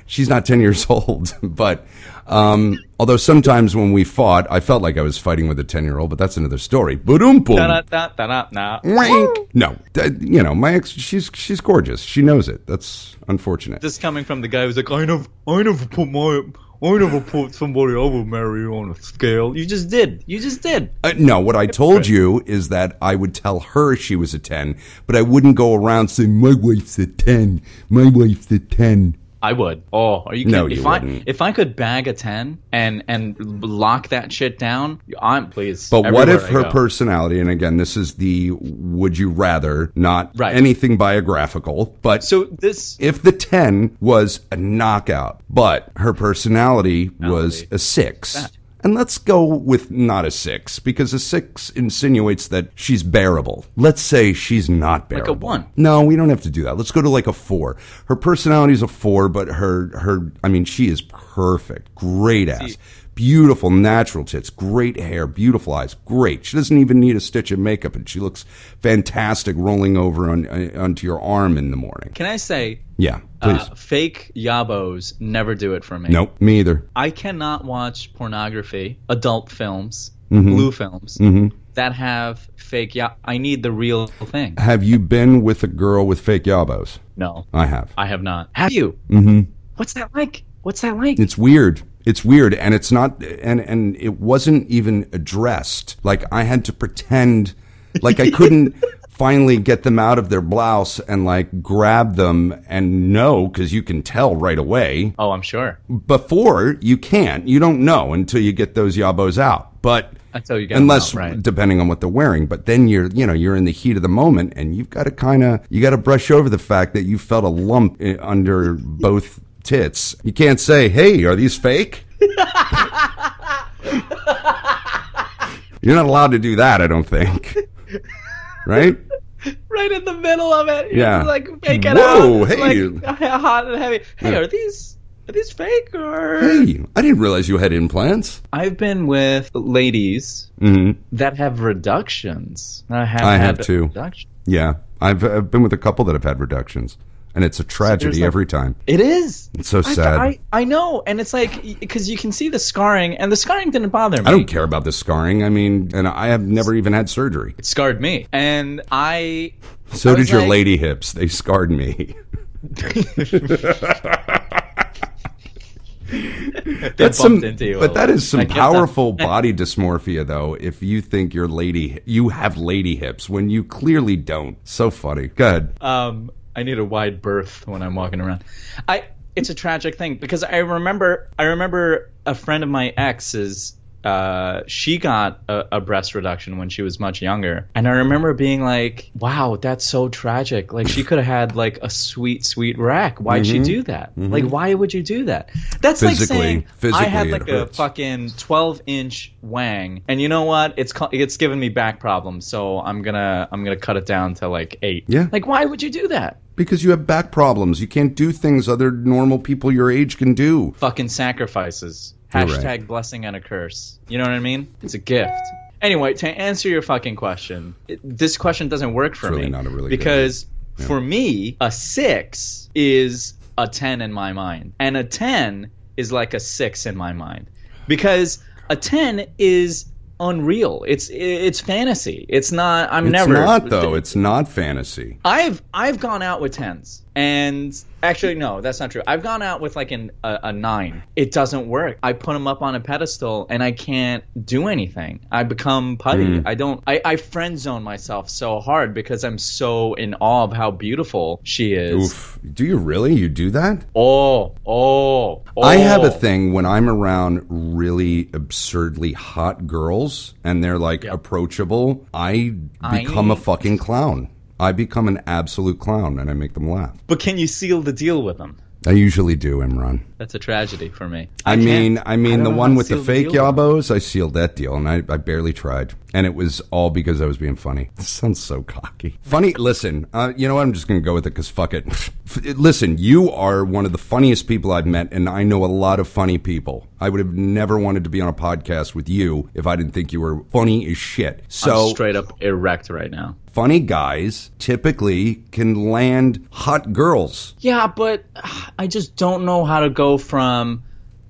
Speaker 3: she's not ten years <laughs> old, but um, although sometimes when we fought, I felt like I was fighting with a ten year old, but that's another story. Boom,
Speaker 4: Da,
Speaker 3: boom,
Speaker 4: da, da, da, da.
Speaker 3: wank. No, that- you know my ex. She's she's gorgeous. She knows it. That's unfortunate.
Speaker 4: This coming from the guy who's like, I never, I never put my, I never put somebody I would marry on a scale. You just did. You just did.
Speaker 3: Uh, no, what I told you is that I would tell her she was a 10, but I wouldn't go around saying, my wife's a 10, my wife's a 10.
Speaker 4: I would. Oh, are you kidding?
Speaker 3: No,
Speaker 4: if
Speaker 3: you
Speaker 4: I,
Speaker 3: wouldn't.
Speaker 4: If I could bag a ten and and lock that shit down, I'm please.
Speaker 3: But what
Speaker 4: everywhere
Speaker 3: if
Speaker 4: I
Speaker 3: her
Speaker 4: go.
Speaker 3: personality, and again, this is the would you rather, not
Speaker 4: Right.
Speaker 3: anything biographical, but
Speaker 4: So this
Speaker 3: if the 10 was a knockout, but her personality was a 6. And let's go with not a 6, because a 6 insinuates that she's bearable. Let's say she's not bearable.
Speaker 4: one.
Speaker 3: No, we don't have to do that. Let's go to like a 4. Her personality's a 4, but her, her I mean, she is perfect. Great ass. Beautiful natural tits, great hair, beautiful eyes, great. She doesn't even need a stitch of makeup, and she looks fantastic rolling over on, uh, onto your arm in the morning.
Speaker 4: can I say?
Speaker 3: Yeah, please.
Speaker 4: Uh, fake yabos never do it for me.
Speaker 3: Nope, me either.
Speaker 4: I cannot watch pornography, adult films,
Speaker 3: Mm-hmm.
Speaker 4: blue films that have fake. Ya- I need the real thing.
Speaker 3: Have you been with a girl with fake yabos?
Speaker 4: No,
Speaker 3: I have.
Speaker 4: I have not. Have you? Mm-hmm. What's that like? What's that like?
Speaker 3: It's weird. It's weird, and it's not, and and it wasn't even addressed. Like I had to pretend, like I
Speaker 4: <laughs>
Speaker 3: couldn't finally get them out of their blouse and like grab them and know because you can tell right away.
Speaker 4: oh, I'm sure.
Speaker 3: Before you can't, you don't know until you get those yabos out. But
Speaker 4: Until you get 'em
Speaker 3: unless
Speaker 4: out, right.
Speaker 3: depending on what they're wearing, but then you're you know you're in the heat of the moment and you've got to kind of you got to brush over the fact that you felt a lump i- under both tits. You can't say, "Hey, are these
Speaker 4: <laughs>
Speaker 3: fake?" you're not allowed to do that. I don't think. Right?
Speaker 4: Right in the middle of it. You're
Speaker 3: Yeah.
Speaker 4: just like fake it
Speaker 3: Whoa,
Speaker 4: out.
Speaker 3: hey.
Speaker 4: Like, <laughs> hot and heavy. Hey,
Speaker 3: Yeah.
Speaker 4: are these are these fake or?
Speaker 3: Hey, I didn't realize you had implants.
Speaker 4: I've been with ladies
Speaker 3: Mm-hmm.
Speaker 4: that have reductions. I have.
Speaker 3: I have
Speaker 4: had
Speaker 3: too.
Speaker 4: reduction-
Speaker 3: Yeah, I've, I've been with a couple that have had reductions, and it's a tragedy
Speaker 4: like-
Speaker 3: every time.
Speaker 4: It is.
Speaker 3: It's so
Speaker 4: I-
Speaker 3: sad.
Speaker 4: I, I know, and it's like because you can see the scarring, and the scarring didn't bother me.
Speaker 3: I don't care about the scarring. I mean, and I have never even had surgery.
Speaker 4: It scarred me, and I. I
Speaker 3: So
Speaker 4: was
Speaker 3: did your
Speaker 4: like-
Speaker 3: lady hips. They scarred <laughs> me.
Speaker 4: That's
Speaker 3: some,
Speaker 4: into you a
Speaker 3: but that
Speaker 4: little.
Speaker 3: is some
Speaker 4: I get that.
Speaker 3: powerful body dysmorphia, though. If you think your lady, you have lady hips when you clearly don't. So funny. Good.
Speaker 4: Um, I need a wide berth when I'm walking around. I. It's a tragic thing because I remember. I remember a friend of my ex's. Uh, she got a, a breast reduction when she was much younger, and I remember being like, "Wow, that's so tragic! Like she could have had like a sweet, sweet rack. Why'd she do that? Like, why would you do that? That's
Speaker 3: Mm-hmm. Physically-
Speaker 4: like saying I had
Speaker 3: physically it
Speaker 4: like a
Speaker 3: hurts.
Speaker 4: fucking fucking 12 inch wang and you know what it's ca- it's giving me back problems so i'm gonna i'm gonna cut it down to like eight
Speaker 3: Yeah.
Speaker 4: like why would you do that
Speaker 3: Because you have back problems. You can't do things other normal people your age can do.
Speaker 4: fucking sacrifices
Speaker 3: You're
Speaker 4: hashtag
Speaker 3: right.
Speaker 4: blessing and a curse you know what i mean it's a gift anyway to answer your fucking question it, this question doesn't work for
Speaker 3: really
Speaker 4: me
Speaker 3: not a really good
Speaker 4: because for me a six is a 10 in my mind and a 10 is like a six in my mind because a 10 is unreal it's it's fantasy it's not i'm
Speaker 3: It's
Speaker 4: never
Speaker 3: not though. It's not fantasy.
Speaker 4: I've I've gone out with tens, and actually no, that's not true. I've gone out with like an, a, a nine. It doesn't work. I put them up on a pedestal, and I can't do anything. I become putty.
Speaker 3: Hmm.
Speaker 4: I don't. I, I friend zone myself so hard because I'm so in awe of how beautiful she is.
Speaker 3: Oof. Do you really? You do that?
Speaker 4: Oh, oh, oh.
Speaker 3: I have a thing when I'm around really absurdly hot girls and they're like approachable, I become a fucking clown. I become an absolute clown and I make them laugh.
Speaker 4: But can you seal the deal with them?
Speaker 3: I usually do, Imran.
Speaker 4: That's a tragedy for me.
Speaker 3: I,
Speaker 4: can't.
Speaker 3: mean, I mean,
Speaker 4: don't
Speaker 3: the
Speaker 4: know
Speaker 3: one
Speaker 4: how to
Speaker 3: with the
Speaker 4: seal the
Speaker 3: fake
Speaker 4: deal, though.
Speaker 3: yabos, I sealed that deal, and I, I barely tried, and it was all because I was being funny. This sounds so cocky. Funny. listen, uh, you know what? I'm just gonna go with it because fuck it. <laughs> F- listen, you are one of the funniest people I've met, and I know a lot of funny people. I would have never wanted to be on a podcast with you if I didn't think you were funny as shit. So
Speaker 4: I'm straight up erect right now.
Speaker 3: funny guys typically can land hot girls.
Speaker 4: Yeah, but ah, I just don't know how to go from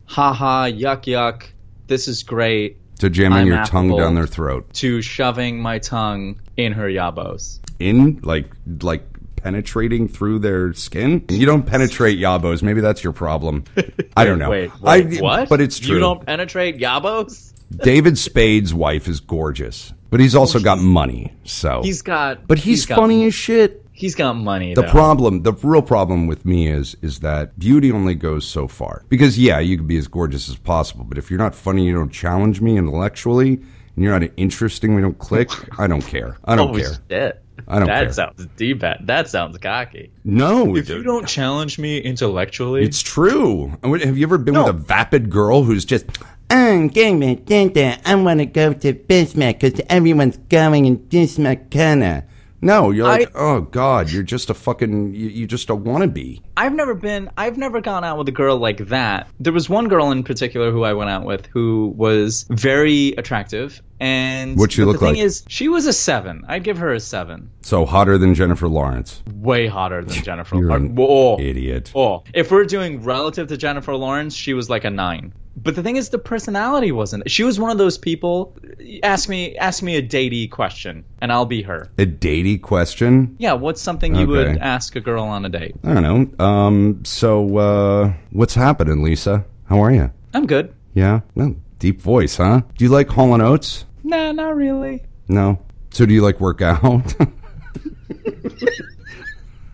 Speaker 4: haha, yuck, yuck, this is great,
Speaker 3: To jamming
Speaker 4: I'm
Speaker 3: your tongue
Speaker 4: affable.
Speaker 3: down their throat.
Speaker 4: to shoving my tongue in her yabos.
Speaker 3: in like like penetrating through their skin you don't penetrate yabos maybe that's your problem
Speaker 4: <laughs>
Speaker 3: i don't know
Speaker 4: Wait,
Speaker 3: I,
Speaker 4: wait, what?
Speaker 3: but it's true
Speaker 4: You don't <laughs> penetrate yabos?
Speaker 3: david spade's wife is gorgeous but he's also got money so
Speaker 4: He's got.
Speaker 3: but he's,
Speaker 4: got-
Speaker 3: funny as shit
Speaker 4: He's got money.
Speaker 3: The
Speaker 4: though.
Speaker 3: problem, the real problem with me is, is that beauty only goes so far. Because yeah, you can be as gorgeous as possible, but if you're not funny, you don't challenge me intellectually, and you're not interesting, we don't click. I don't care. I don't
Speaker 4: Oh,
Speaker 3: care.
Speaker 4: shit.
Speaker 3: I don't
Speaker 4: that
Speaker 3: care.
Speaker 4: sounds deep. That sounds cocky.
Speaker 3: No,
Speaker 8: If you don't challenge me intellectually,
Speaker 3: It's true. I mean, Have you ever been with a vapid girl who's just, "Mm, I'm going to that. I want to go to Bismarck because everyone's going in Bismarck, kinda. No, you're like, oh God, you're just a fucking, you, you just a wannabe.
Speaker 4: I've never been. I've never gone out with a girl like that. There was one girl in particular who I went out with who was very attractive. And
Speaker 3: What'd she
Speaker 4: but
Speaker 3: look
Speaker 4: the
Speaker 3: like?
Speaker 4: thing is, she was a seven. I'd give her a seven.
Speaker 3: So hotter than Jennifer Lawrence.
Speaker 4: Way hotter
Speaker 3: <laughs>
Speaker 4: than Jennifer.
Speaker 3: You're
Speaker 4: Lawrence.
Speaker 3: an
Speaker 4: Whoa.
Speaker 3: Idiot.
Speaker 4: Oh, if we're doing relative to Jennifer Lawrence, she was like a nine. But the thing is, the personality wasn't. She was one of those people. Ask me, ask me a datey question, and I'll be her.
Speaker 3: A datey question?
Speaker 4: Yeah, what's something you
Speaker 3: Okay.
Speaker 4: would ask a girl on a date?
Speaker 3: I don't know. Um, so, uh, what's happening, Lisa? How are you?
Speaker 4: I'm good.
Speaker 3: Yeah? No, deep voice, huh? Do you like Hall & Oates?
Speaker 4: Nah, not really.
Speaker 3: No. So do you like work <laughs> out?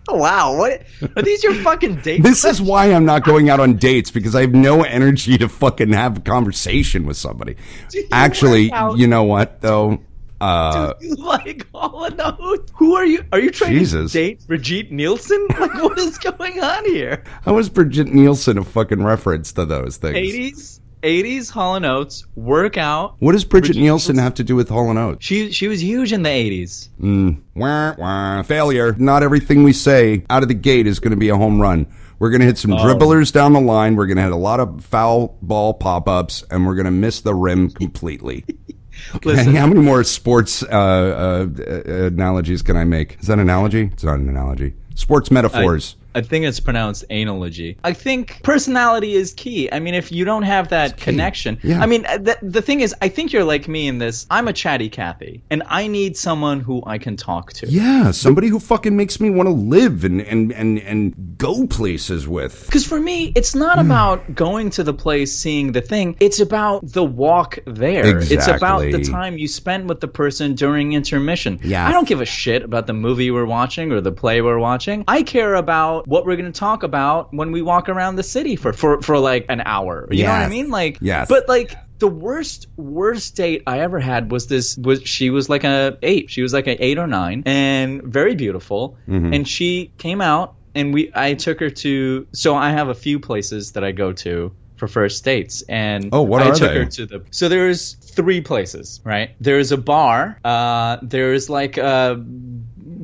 Speaker 4: Oh, wow, what are these your
Speaker 3: <laughs>
Speaker 4: fucking dates? <laughs>
Speaker 3: This is why I'm not going out on dates because I have no energy to fucking have a conversation with somebody.
Speaker 4: you
Speaker 3: Actually,
Speaker 4: work out?
Speaker 3: you know what though? Uh,
Speaker 4: like all in a hoot. Who are you? Are you trying
Speaker 3: Jesus.
Speaker 4: to date Brigitte Nielsen? <laughs> Like, what is going on here?
Speaker 3: how is Bridget Nielsen a fucking reference to those things?
Speaker 4: Eighties, eighties, Hall and Oates workout.
Speaker 3: What does Bridget, Nielsen have to do with Hall and Oates?
Speaker 4: She she was huge in the eighties.
Speaker 3: Wah, wah, failure. Not everything we say out of the gate is going to be a home run. We're going to hit
Speaker 4: Oh.
Speaker 3: some dribblers down the line. We're going to hit a lot of foul ball pop ups, and we're going to miss the rim completely. <laughs>
Speaker 4: Listen,
Speaker 3: How many more sports uh, uh, uh, analogies can I make? Is that an analogy? It's not an analogy. Sports metaphors.
Speaker 4: I think it's pronounced analogy. I think personality is key. I mean, if you don't have that connection,
Speaker 3: Yeah.
Speaker 4: I mean, uh, the, the thing is, I think you're like me in this. I'm a chatty Cathy, and I need someone who I can talk to.
Speaker 3: yeah, somebody who fucking makes me want to live and, and, and, and go places with.
Speaker 4: Because for me, it's not
Speaker 3: Hmm.
Speaker 4: about going to the place, seeing the thing. It's about the walk there. It's about the
Speaker 3: Exactly.
Speaker 4: time you spend with the person during intermission.
Speaker 3: Yes.
Speaker 4: I don't give a shit about the movie we're watching or the play we're watching. I care about what we're going to talk about when we walk around the city for, for, for like an hour. You know what I
Speaker 3: Yes.
Speaker 4: mean? Like,
Speaker 3: Yes.
Speaker 4: but like, the worst worst date I ever had was this was she was like a 8 she was like an 8 or 9 and very beautiful
Speaker 3: Mm-hmm.
Speaker 4: and she came out and we I took her to so I have a few places that I go to for first dates and
Speaker 3: Oh, what
Speaker 4: I
Speaker 3: are
Speaker 4: took
Speaker 3: they?
Speaker 4: her to the so there's three places right there's a bar uh there's like a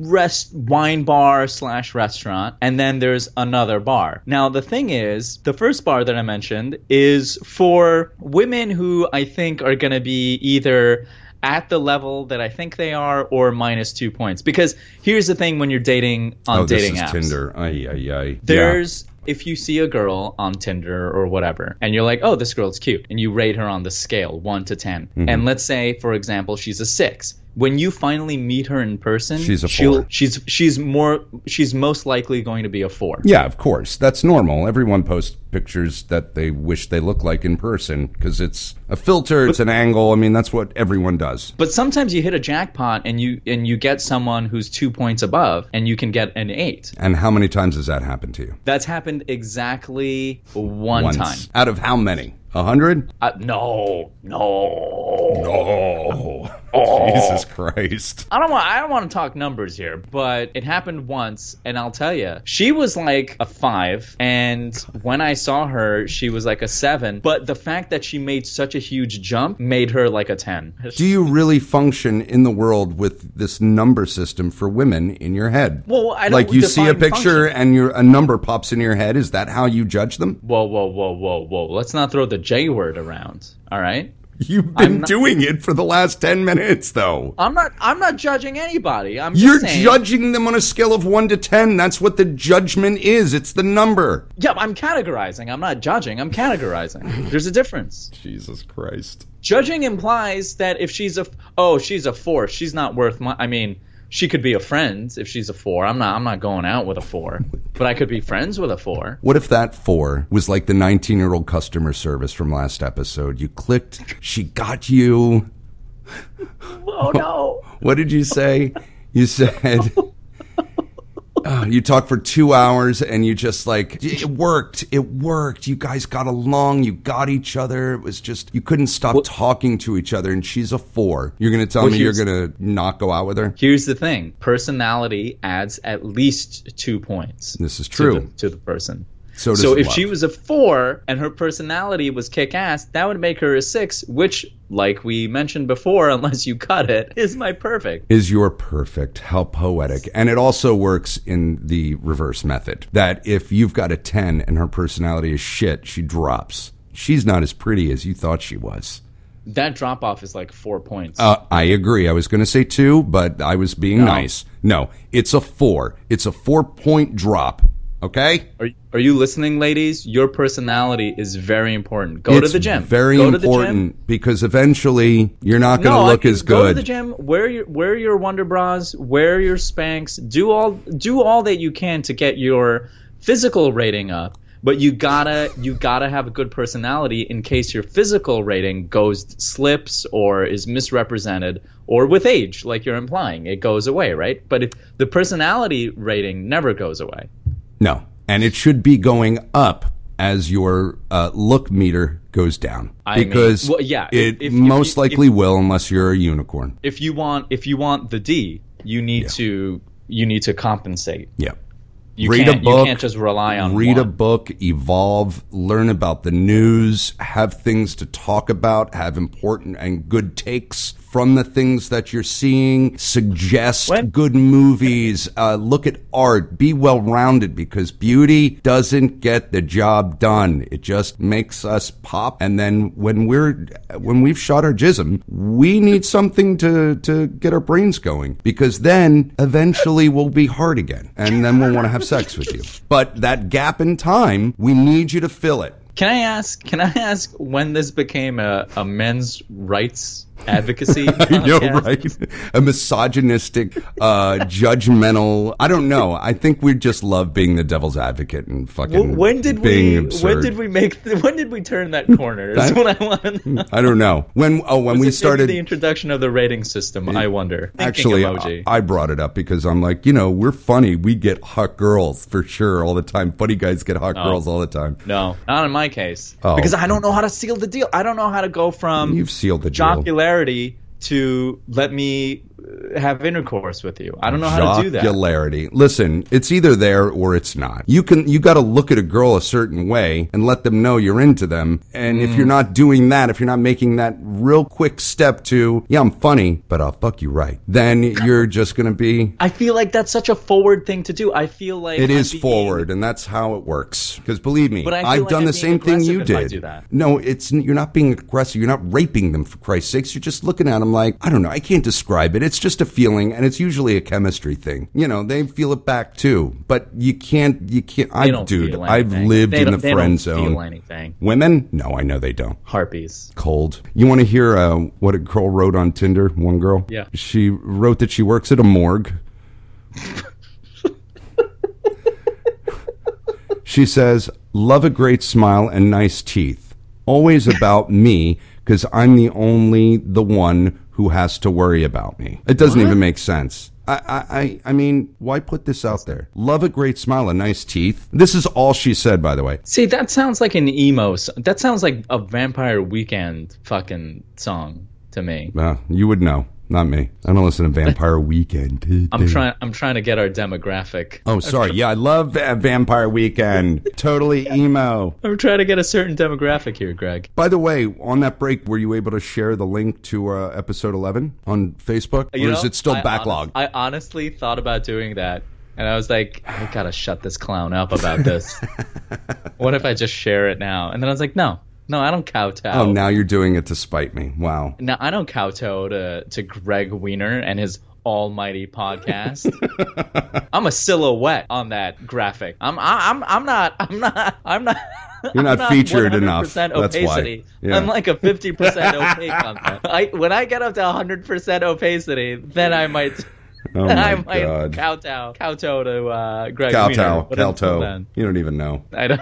Speaker 4: rest wine bar slash restaurant and then there's another bar now the thing is the first bar that i mentioned is for women who i think are going to be either at the level that i think they are or minus two points because here's the thing when you're dating on
Speaker 3: Oh, this
Speaker 4: dating
Speaker 3: is
Speaker 4: apps
Speaker 3: Tinder. Ay, ay, ay.
Speaker 4: there's if you see a girl on Tinder or whatever, and you're like, oh, this girl's cute, and you rate her on the scale one to 10
Speaker 3: Mm-hmm.
Speaker 4: and let's say, for example, she's a six. When you finally meet her in person,
Speaker 3: She's a
Speaker 4: she'll-
Speaker 3: four.
Speaker 4: She's she's more she's most likely going to be a four.
Speaker 3: Yeah. yeah, of course. That's normal. Everyone posts pictures that they wish they look like in person because it's a filter, it's an angle. I mean, that's what everyone does.
Speaker 4: But sometimes you hit a jackpot and you and you get someone who's two points above, and you can get an eight.
Speaker 3: And how many times has that happened to you?
Speaker 4: That's happened exactly one
Speaker 3: Once.
Speaker 4: time.
Speaker 3: Out of how many? A hundred?
Speaker 4: Uh, no, no.
Speaker 3: Oh, Jesus Christ.
Speaker 4: I don't want I don't want to talk numbers here, but it happened once and I'll tell you. She was like a 5 and when I saw her she was like a 7, but the fact that she made such a huge jump made her like a 10.
Speaker 3: Do you really function in the world with this number system for women in your head?
Speaker 4: Well, I don't
Speaker 3: like you see a
Speaker 4: define
Speaker 3: picture
Speaker 4: function.
Speaker 3: and your a number pops in your head. Is that how you judge them?
Speaker 4: Whoa, whoa, whoa, whoa, whoa. Let's not throw the J word around, all right?
Speaker 3: You've been doing it for the last ten minutes, though.
Speaker 4: I'm not I'm not judging anybody. I'm
Speaker 3: You're
Speaker 4: just saying,
Speaker 3: judging them on a scale of one to ten. That's what the judgment is. It's the number.
Speaker 4: Yeah, I'm categorizing. I'm not judging. I'm <laughs> categorizing. There's a difference.
Speaker 3: Jesus Christ.
Speaker 4: judging implies that if she's a oh she's a four she's not worth my i mean she could be a friend if she's a four i'm not i'm not going out with a four but i could be friends with a four
Speaker 3: What if that four was like the 19 year old customer service from last episode? You clicked, she got you.
Speaker 4: oh no
Speaker 3: What did you say? You said, Uh, you talk for two hours and you just like, it worked. It worked. You guys got along. You got each other. It was just, you couldn't stop talking to each other. And she's a four. You're going to tell
Speaker 4: Well,
Speaker 3: me you're
Speaker 4: here's-
Speaker 3: going to not go out with her?
Speaker 4: <laughs> Here's the thing: personality adds at least two points.
Speaker 3: This is
Speaker 4: to
Speaker 3: true.
Speaker 4: the- to the, person.
Speaker 3: So does
Speaker 4: if
Speaker 3: love.
Speaker 4: she was a four and her personality was kick ass, that would make her a six, which, like we mentioned before, <laughs> unless you cut it, is my perfect.
Speaker 3: is your perfect. How poetic. And it also works in the reverse method that if you've got a 10 and her personality is shit, she drops. She's not as pretty as you thought she was.
Speaker 4: That drop off is like four points.
Speaker 3: Uh, I agree. I was going to say two, but I was being nice. No, it's a four. It's a four point drop. Okay?
Speaker 4: Are, are you listening, ladies? Your personality is very important. Go to
Speaker 3: It's
Speaker 4: the gym.
Speaker 3: Very
Speaker 4: Go to the gym.
Speaker 3: important because eventually you're not going to
Speaker 4: No, I
Speaker 3: look
Speaker 4: can-
Speaker 3: as
Speaker 4: Go to
Speaker 3: good.
Speaker 4: the gym. Wear your wear your Wonder Bras. Wear your Spanx. Do all do all that you can to get your physical rating up. But you gotta you gotta have a good personality in case your physical rating goes slips or is misrepresented or with age, like you're implying, it goes away, right? But if the personality rating never goes away.
Speaker 3: No. And it should be going up as your uh, look meter goes down.
Speaker 4: I mean-
Speaker 3: because
Speaker 4: well, yeah, if-
Speaker 3: it
Speaker 4: if- if
Speaker 3: most
Speaker 4: you- if-
Speaker 3: likely will unless you're a unicorn.
Speaker 4: If you want if you want the D, you need to you need to compensate.
Speaker 3: Yeah.
Speaker 4: You
Speaker 3: Read a
Speaker 4: can't,
Speaker 3: book,
Speaker 4: You can't just rely on
Speaker 3: Read a
Speaker 4: one.
Speaker 3: book, evolve, learn about the news, have things to talk about, have important and good takes from the things that you're seeing, suggest
Speaker 4: What?
Speaker 3: good movies, uh, look at art, be well rounded because beauty doesn't get the job done. It just makes us pop. And then when we're, when we've shot our jism, we need something to, to get our brains going because then eventually we'll be hard again and then we'll want to have sex with you. But that gap in time, we need you to fill it.
Speaker 4: Can I ask? Can I ask when this became a, a men's rights
Speaker 3: <laughs>
Speaker 4: advocacy?
Speaker 3: You're
Speaker 4: podcast?
Speaker 3: right. A misogynistic, uh, judgmental. I don't know. I think we just love being the devil's advocate and fucking.
Speaker 4: W- When did
Speaker 3: being
Speaker 4: we?
Speaker 3: Absurd.
Speaker 4: When did we make? The, when did we turn that corner? Is
Speaker 3: That-
Speaker 4: what I want to know.
Speaker 3: <laughs> I don't know. When? Oh, when we
Speaker 4: Maybe
Speaker 3: started.
Speaker 4: the introduction of the rating system. I wonder. Thinking
Speaker 3: Actually,
Speaker 4: emoji.
Speaker 3: I I brought it up because I'm like, you know, we're funny. We get hot girls for sure all the time. Funny guys get
Speaker 4: Oh.
Speaker 3: hot girls all the time.
Speaker 4: no, not in my case.
Speaker 3: Oh.
Speaker 4: Because I don't know how to seal the deal. I don't know how to go from
Speaker 3: You've sealed the deal.
Speaker 4: jocularity to let me uh, have intercourse with you. I don't know how to do that.
Speaker 3: Jocularity. Listen, it's either there or it's not. You can you got to look at a girl a certain way and let them know you're into them. And if you're
Speaker 4: Mm.
Speaker 3: not doing that, if you're not making that real quick step to, yeah, I'm funny, but I'll fuck you right, then you're just going to be
Speaker 4: I feel like that's such a forward thing to do. I feel like
Speaker 3: It
Speaker 4: I'm
Speaker 3: is
Speaker 4: being-
Speaker 3: forward, and that's how it works. Because believe me,
Speaker 4: But I feel
Speaker 3: I've
Speaker 4: like
Speaker 3: done
Speaker 4: I'm
Speaker 3: the
Speaker 4: being
Speaker 3: same thing you
Speaker 4: aggressive if I
Speaker 3: did.
Speaker 4: do that.
Speaker 3: No, it's you're not being aggressive. You're not raping them for Christ's sakes. You're just looking at them like I don't know. I can't describe it. It's just a feeling, and it's usually a chemistry thing. You know, they feel it back too. But you can't. You can't.
Speaker 4: They
Speaker 3: I,
Speaker 4: don't
Speaker 3: dude,
Speaker 4: feel
Speaker 3: I've
Speaker 4: anything.
Speaker 3: lived
Speaker 4: They
Speaker 3: in the
Speaker 4: don't- they
Speaker 3: friend
Speaker 4: don't
Speaker 3: zone.
Speaker 4: Feel anything?
Speaker 3: Women? No, I know they don't.
Speaker 4: Harpies.
Speaker 3: Cold. You want to hear uh, what a girl wrote on Tinder? One girl.
Speaker 4: Yeah.
Speaker 3: She wrote that she works at a morgue. She says, Love a great smile and nice teeth. Always about me, because I'm the only the one who has to worry about me. It doesn't even make sense. I, I, I- I mean, why put this out there? Love a great smile and nice teeth. This is all she said, by the way.
Speaker 4: See, that sounds like an emo. s- That sounds like a Vampire Weekend fucking song to me.
Speaker 3: Uh, you would know, not me. I don't
Speaker 4: <laughs>
Speaker 3: listen to Vampire Weekend.
Speaker 4: I'm trying. I'm trying to get our demographic.
Speaker 3: Oh, sorry. Yeah, I love uh, Vampire Weekend. Totally emo.
Speaker 4: I'm trying to get a certain demographic here, Greg.
Speaker 3: By the way, on that break, were you able to share the link to uh, episode 11 on Facebook?
Speaker 4: You
Speaker 3: or is
Speaker 4: know,
Speaker 3: it still
Speaker 4: I
Speaker 3: backlog?
Speaker 4: honest- I honestly thought about doing that, and I was like, I gotta shut this clown up about
Speaker 3: <laughs>
Speaker 4: this. what if I just share it now? And then I was like, No, no, I don't kowtow.
Speaker 3: oh, now you're doing it to spite me.
Speaker 4: <laughs>
Speaker 3: Wow. <laughs>
Speaker 4: No, I don't kowtow to, to Greg Wiener and his
Speaker 3: <laughs>
Speaker 4: almighty podcast.
Speaker 3: Oh,
Speaker 4: I'm a silhouette on that graphic. I'm I, I'm I'm not I'm not I'm not.
Speaker 3: <laughs> You're not
Speaker 4: I'm
Speaker 3: featured enough.
Speaker 4: 100%
Speaker 3: That's why.
Speaker 4: Opacity.
Speaker 3: Yeah.
Speaker 4: I'm like
Speaker 3: <laughs>
Speaker 4: a 50% opaque on that. I, when I get up to 100% opacity, then I might.
Speaker 3: Oh,
Speaker 4: then I
Speaker 3: my
Speaker 4: might
Speaker 3: God.
Speaker 4: kowtow, kowtow to uh, Greg Wiener.
Speaker 3: Kowtow.
Speaker 4: But until
Speaker 3: Kowtow.
Speaker 4: then,
Speaker 3: You don't even know.
Speaker 4: I don't.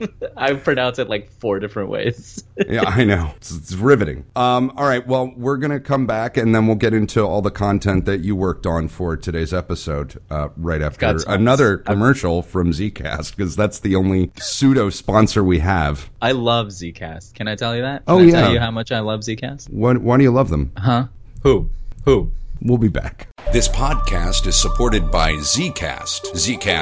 Speaker 4: <laughs> I pronounce it like four different ways.
Speaker 3: yeah, I know. It's, it's riveting. Um, all right. Well, we're going to come back and then we'll get into all the content that you worked on for today's episode uh, right after
Speaker 4: got some-
Speaker 3: another commercial from Zcast because that's the only pseudo sponsor we have.
Speaker 4: <laughs> I love Zcast. Can I tell you that? Can
Speaker 3: Oh,
Speaker 4: I
Speaker 3: yeah.
Speaker 4: tell you how much I love Zcast?
Speaker 3: Why, why do you love them?
Speaker 4: Huh? Who? Who?
Speaker 3: We'll be back.
Speaker 7: This podcast is supported by Zcast.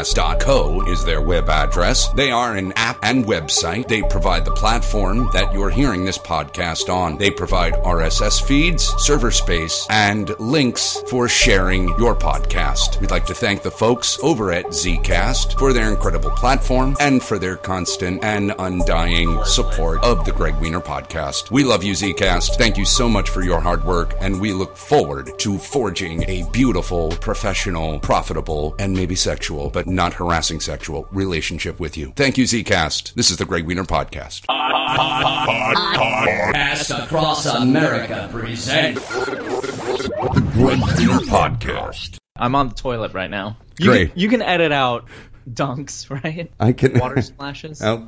Speaker 7: Zcast.co is their web address. They are an app and website. They provide the platform that you're hearing this podcast on. They provide RSS feeds, server space, and links for sharing your podcast. We'd like to thank the folks over at Zcast for their incredible platform and for their constant and undying support of the Greg Wiener podcast. We love you, Zcast. Thank you so much for your hard work, and we look forward to forging a beautiful, professional, profitable, and maybe sexual, but not harassing sexual relationship with you. Thank you, Zcast. This is the Greg Wiener podcast.
Speaker 2: Podcast Across America presents.
Speaker 7: Greg Wiener podcast.
Speaker 4: I'm on the toilet right now. You
Speaker 3: Great.
Speaker 4: Can, you can edit out dunks, <laughs> right?
Speaker 3: I can.
Speaker 4: Water
Speaker 3: <laughs>
Speaker 4: splashes.
Speaker 3: out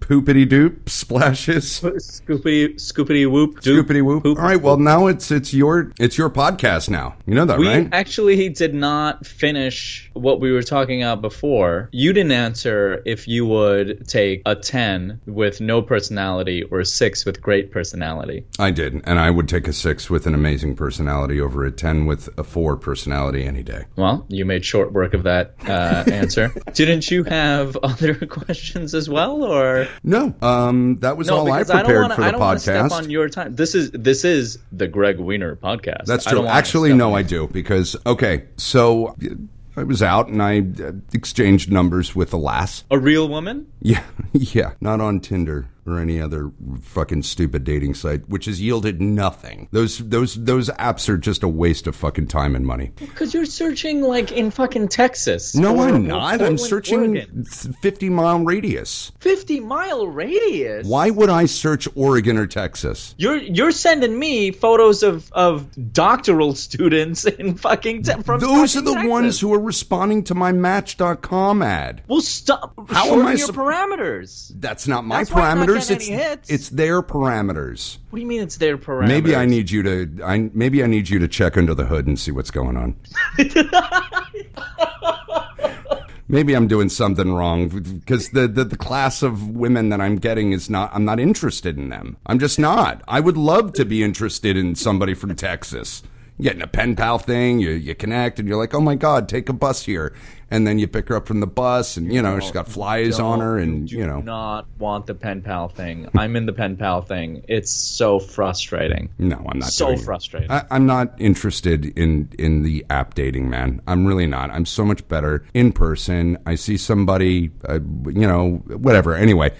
Speaker 3: poopity doop splashes.
Speaker 4: Scoopity, scoopity whoop. doop,
Speaker 3: Poopity whoop. All
Speaker 4: poop.
Speaker 3: right. Well, now it's it's your it's your podcast now. You know that,
Speaker 4: We
Speaker 3: right?
Speaker 4: actually did not finish what we were talking about before. You didn't answer if you would take a 10 with no personality or a 6 with great personality.
Speaker 3: I did, and I would take a six with an amazing personality over a ten with a four personality any day.
Speaker 4: Well, you made short work of that
Speaker 3: <laughs>
Speaker 4: uh, answer. Didn't you have <laughs> other questions as well, or
Speaker 3: No, um, that was
Speaker 4: no?
Speaker 3: all I
Speaker 4: because
Speaker 3: prepared
Speaker 4: don't wanna,
Speaker 3: for the
Speaker 4: I don't wanna
Speaker 3: podcast.
Speaker 4: step on your time. This is this is the Greg Wiener podcast.
Speaker 3: That's
Speaker 4: I
Speaker 3: true.
Speaker 4: don't wanna
Speaker 3: Actually,
Speaker 4: step
Speaker 3: no,
Speaker 4: on-
Speaker 3: I do because okay, so uh, I was out and I uh, exchanged numbers with a lass. <laughs>
Speaker 4: A real woman?
Speaker 3: Yeah, yeah, not on Tinder or any other fucking stupid dating site, which has yielded nothing. Those those those apps are just a waste of fucking time and money.
Speaker 4: Because you're searching like in fucking Texas.
Speaker 3: No,
Speaker 4: or- or
Speaker 3: I'm not. I'm
Speaker 4: Portland,
Speaker 3: searching
Speaker 4: Oregon.
Speaker 3: 50 mile radius.
Speaker 4: fifty mile radius.
Speaker 3: Why would I search Oregon or Texas?
Speaker 4: You're you're sending me photos of, of doctoral <laughs> students in fucking te- from
Speaker 3: Those are
Speaker 4: fucking
Speaker 3: the
Speaker 4: Texas.
Speaker 3: ones who are responding to my Match.com ad.
Speaker 4: Well, stop.
Speaker 3: How am
Speaker 4: shorten
Speaker 3: I
Speaker 4: your
Speaker 3: sup-
Speaker 4: parameters?
Speaker 3: That's not my
Speaker 4: That's why I'm not
Speaker 3: parameters.
Speaker 4: getting
Speaker 3: It's
Speaker 4: any hits.
Speaker 3: it's their parameters.
Speaker 4: What do you mean it's their parameters?
Speaker 3: Maybe I need you to I maybe I need you to check under the hood and see what's going on. maybe I'm doing something wrong because the, the the class of women that I'm getting is not I'm not interested in them. I'm just not. I would love to be interested in somebody from Texas. You get in a pen pal thing, you you connect and you're like, "Oh my god, take a bus here." And then you pick her up from the bus and you know, she's got flies on her and you know.
Speaker 4: not want the pen pal thing. I'm in the pen pal thing. It's so frustrating.
Speaker 3: No, I'm not
Speaker 4: So
Speaker 3: doing it.
Speaker 4: frustrating.
Speaker 3: I, I'm not interested in in the app dating, man. I'm really not. I'm so much better in person. I see somebody, uh, you know, whatever. Anyway,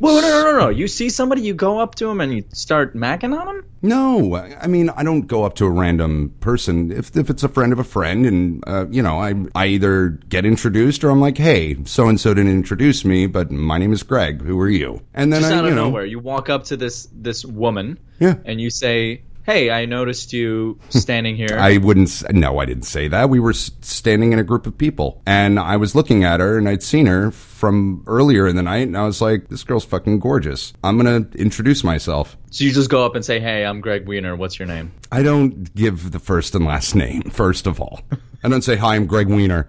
Speaker 4: well, no, no, no, no. You see somebody, you go up to them and you start macking on them.
Speaker 3: no, I mean, I don't go up to a random person if if it's a friend of a friend, and uh, you know, I I either get introduced or I'm like, hey, so and so didn't introduce me, but my name is Greg. Who are you? And then
Speaker 4: Just
Speaker 3: I,
Speaker 4: out of
Speaker 3: you know,
Speaker 4: nowhere, you walk up to this this woman,
Speaker 3: Yeah.
Speaker 4: and you say, "Hey, I
Speaker 3: <laughs>
Speaker 4: noticed you standing here."
Speaker 3: I wouldn't. s- No, I didn't say that. We were s- standing in a group of people, and I was looking at her, and I'd seen her from earlier in the night, and I was like, "This girl's fucking gorgeous. I'm gonna introduce myself."
Speaker 4: so you just go up and say, "Hey, I'm Greg Wiener. What's your name?"
Speaker 3: I don't give the first and last name. <laughs> First of all, I don't say hi. I'm Greg Wiener.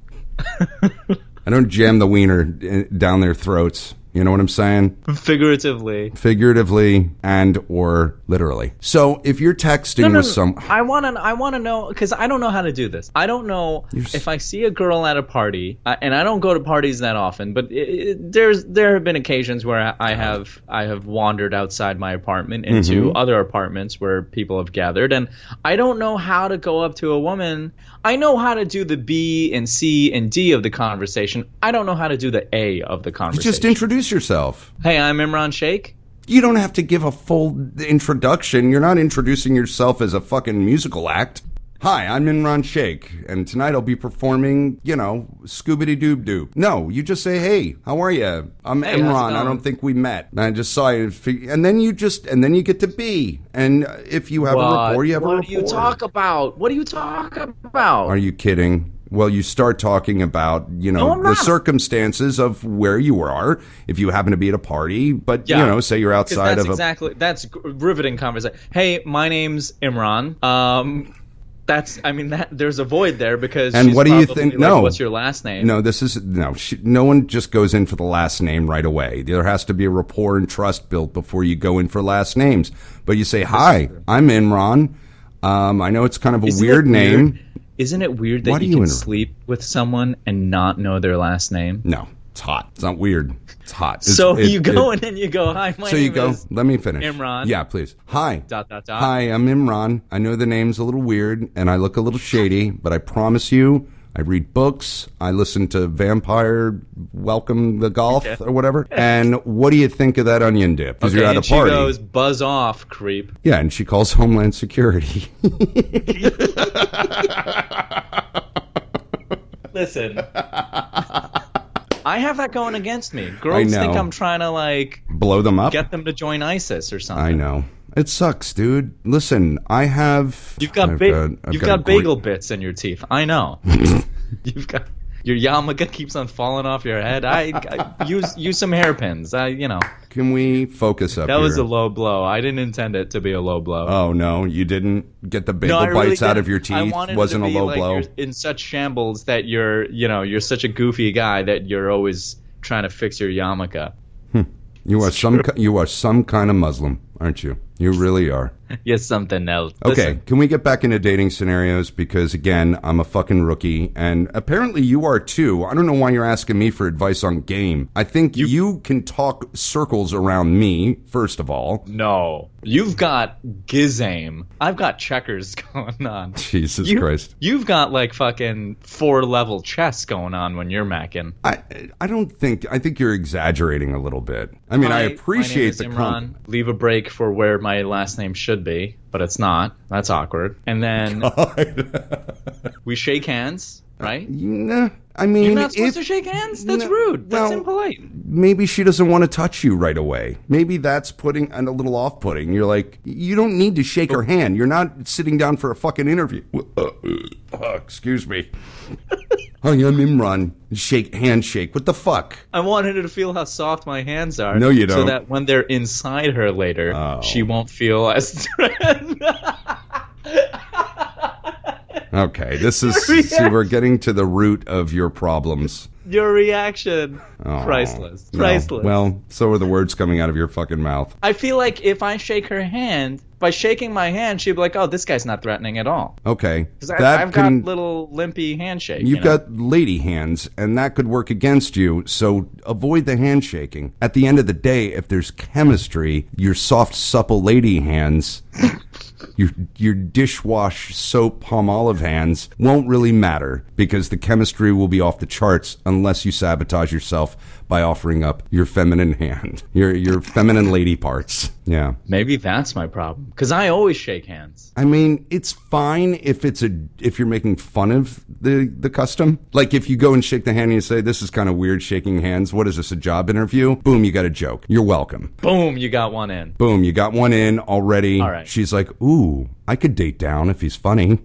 Speaker 3: I don't jam the wiener eh, down their throats. You know what I'm saying?
Speaker 4: Figuratively.
Speaker 3: Figuratively and or literally. So if you're texting with some,
Speaker 4: I want to. I want to know because I don't know how to do this. I don't know if I see a girl at a party, I, and I don't go to parties that often. But it, it, there's there have been occasions where I, I have I have wandered outside my apartment into
Speaker 3: Mm-hmm.
Speaker 4: other apartments where people have gathered, and I don't know how to go up to a woman. I know how to do the B and C and D of the conversation. I don't know how to do the A of the conversation.
Speaker 3: just introduce yourself.
Speaker 4: hey, I'm Imran Sheikh.
Speaker 3: You don't have to give a full introduction. You're not introducing yourself as a fucking musical act. Hi, I'm Imran Sheikh, and tonight I'll be performing, you know, Scoobity Doob Doob. No, you just say, hey, how are you? I'm
Speaker 4: Hey, how's it
Speaker 3: Imran. I
Speaker 4: going?"
Speaker 3: don't think we met. And I just saw you. And then you just, and then you get to be. And if you have a rapport, you have a
Speaker 4: what
Speaker 3: rapport.
Speaker 4: do you talk about? What do you talk about?
Speaker 3: Are you kidding? Well, you start talking about, you know, the circumstances of where you are, if you happen to be at a party, but, you
Speaker 4: Yeah.
Speaker 3: know, say you're
Speaker 4: 'Cause
Speaker 3: outside
Speaker 4: that's
Speaker 3: of a.
Speaker 4: exactly that's gr- riveting conversation. Hey, my name's Imran. Um, that's I mean that there's a void there because
Speaker 3: And
Speaker 4: she's
Speaker 3: what do you
Speaker 4: probably
Speaker 3: think?
Speaker 4: like,
Speaker 3: no.
Speaker 4: what's your last name?
Speaker 3: No, this is no. She, no one just goes in for the last name right away. There has to be a rapport and trust built before you go in for last names. But you say, "Hi, I'm Imran. Um, I know it's kind of a
Speaker 4: Isn't it
Speaker 3: weird name.
Speaker 4: Isn't it weird that
Speaker 3: Why do
Speaker 4: you,
Speaker 3: you
Speaker 4: can
Speaker 3: interrupt?
Speaker 4: sleep with someone and not know their last name?
Speaker 3: No, it's hot. It's not weird. It's hot. It's-
Speaker 4: so
Speaker 3: it-
Speaker 4: you go
Speaker 3: it-
Speaker 4: in and you go, "Hi, my
Speaker 3: So
Speaker 4: name
Speaker 3: you go.
Speaker 4: is."
Speaker 3: Let me finish.
Speaker 4: Imran.
Speaker 3: Yeah, please. Hi.
Speaker 4: Dot, dot, dot.
Speaker 3: Hi, I'm Imran. I know the name's a little weird and I look a little shady, but I promise you, I read books. I listen to Vampire Welcome the Golf or whatever. And what do you think of that onion dip? Because you're at a
Speaker 4: Okay, and
Speaker 3: party.
Speaker 4: She goes, "Buzz off, creep."
Speaker 3: yeah, and she calls <laughs> Homeland Security. <laughs> <laughs>
Speaker 4: Listen. I have that going against me. Girls
Speaker 3: know.
Speaker 4: think I'm trying to like
Speaker 3: Blow them up.
Speaker 4: get them to join ISIS or something.
Speaker 3: I know. It sucks, dude. Listen, I have.
Speaker 4: You've got,
Speaker 3: I've
Speaker 4: ba-
Speaker 3: I've
Speaker 4: you've
Speaker 3: a
Speaker 4: got,
Speaker 3: great-
Speaker 4: bagel bits in your teeth. I know.
Speaker 3: <laughs>
Speaker 4: you've got your yarmulke keeps on falling off your head. I, I use use some hairpins. I you know
Speaker 3: Can we focus up
Speaker 4: that was
Speaker 3: here?
Speaker 4: a low blow. I didn't intend it to be a low blow.
Speaker 3: Oh no, you didn't get the bagel
Speaker 4: no, I really
Speaker 3: bites out
Speaker 4: didn't.
Speaker 3: of your
Speaker 4: I
Speaker 3: teeth.
Speaker 4: wanted it
Speaker 3: Wasn't
Speaker 4: to
Speaker 3: a
Speaker 4: be
Speaker 3: low
Speaker 4: like
Speaker 3: blow.
Speaker 4: you're in such shambles that you're you know you're such a goofy guy that you're always trying to fix your yarmulke. <laughs>
Speaker 3: You are some ki- you are some kind of Muslim, aren't you? You really
Speaker 4: <laughs>
Speaker 3: are.
Speaker 4: You're something else.
Speaker 3: Okay,
Speaker 4: Listen,
Speaker 3: can we get back into dating scenarios because again, I'm a fucking rookie and apparently you are too. I don't know why you're asking me for advice on game. I think you, can talk circles around me first of all.
Speaker 4: no, you've got gizame. I've got checkers <laughs> going on.
Speaker 3: Jesus
Speaker 4: You-
Speaker 3: Christ.
Speaker 4: You've got like fucking four level chess going on when you're macking.
Speaker 3: I I don't think I think you're exaggerating a little bit. I mean, I
Speaker 4: Hi, my name
Speaker 3: appreciate
Speaker 4: is
Speaker 3: the
Speaker 4: Imran.
Speaker 3: compliment.
Speaker 4: Leave a break for where my last name should be, but it's not. That's awkward. And
Speaker 3: <laughs>
Speaker 4: then we shake hands, right?
Speaker 3: Nah, <laughs> I Uh, mean,
Speaker 4: You're not supposed
Speaker 3: if-
Speaker 4: to shake hands. That's
Speaker 3: No,
Speaker 4: rude. That's
Speaker 3: well,
Speaker 4: impolite.
Speaker 3: maybe she doesn't want to touch you right away. Maybe that's putting and a little off putting. You're like, you don't need to shake her hand. You're not sitting down for a fucking interview. Uh, excuse me. <laughs> Hi, I'm Imran. Shake handshake. What the fuck?
Speaker 4: I wanted her to feel how soft my hands are.
Speaker 3: No, you
Speaker 4: So
Speaker 3: don't. Oh.
Speaker 4: that when they're inside her later, she won't feel as. <laughs>
Speaker 3: Okay, this
Speaker 4: <laughs>
Speaker 3: is see, we're getting to the root of your problems.
Speaker 4: Your reaction,
Speaker 3: Oh,
Speaker 4: priceless,
Speaker 3: no.
Speaker 4: priceless.
Speaker 3: Well, so are the words coming out of your fucking mouth.
Speaker 4: I feel like if I shake her hand, by shaking my hand, she'd be like, "Oh, this guy's not threatening at all."
Speaker 3: Okay,
Speaker 4: 'Cause I-
Speaker 3: that
Speaker 4: I've
Speaker 3: can
Speaker 4: got little limpy handshake.
Speaker 3: You've
Speaker 4: you know?
Speaker 3: got lady hands, and that could work against you, so avoid the handshaking. At the end of the day, if there's chemistry, your soft, supple lady hands, <laughs> your, your dishwash soap palm olive hands won't really matter because the chemistry will be off the charts unless you sabotage yourself by offering up your feminine <laughs> hand, your, your feminine lady parts. Yeah.
Speaker 4: maybe that's my problem because I always shake hands.
Speaker 3: I mean, it's fine if it's a if you're making fun of the the custom. Like if you go and shake the hand and you say, "This is kind of weird shaking hands. What is this? A job interview?" Boom, you got a joke. You're welcome.
Speaker 4: Boom, you got one in.
Speaker 3: Boom, you got one in already.
Speaker 4: All right.
Speaker 3: She's like, "Ooh, I could date down if he's funny."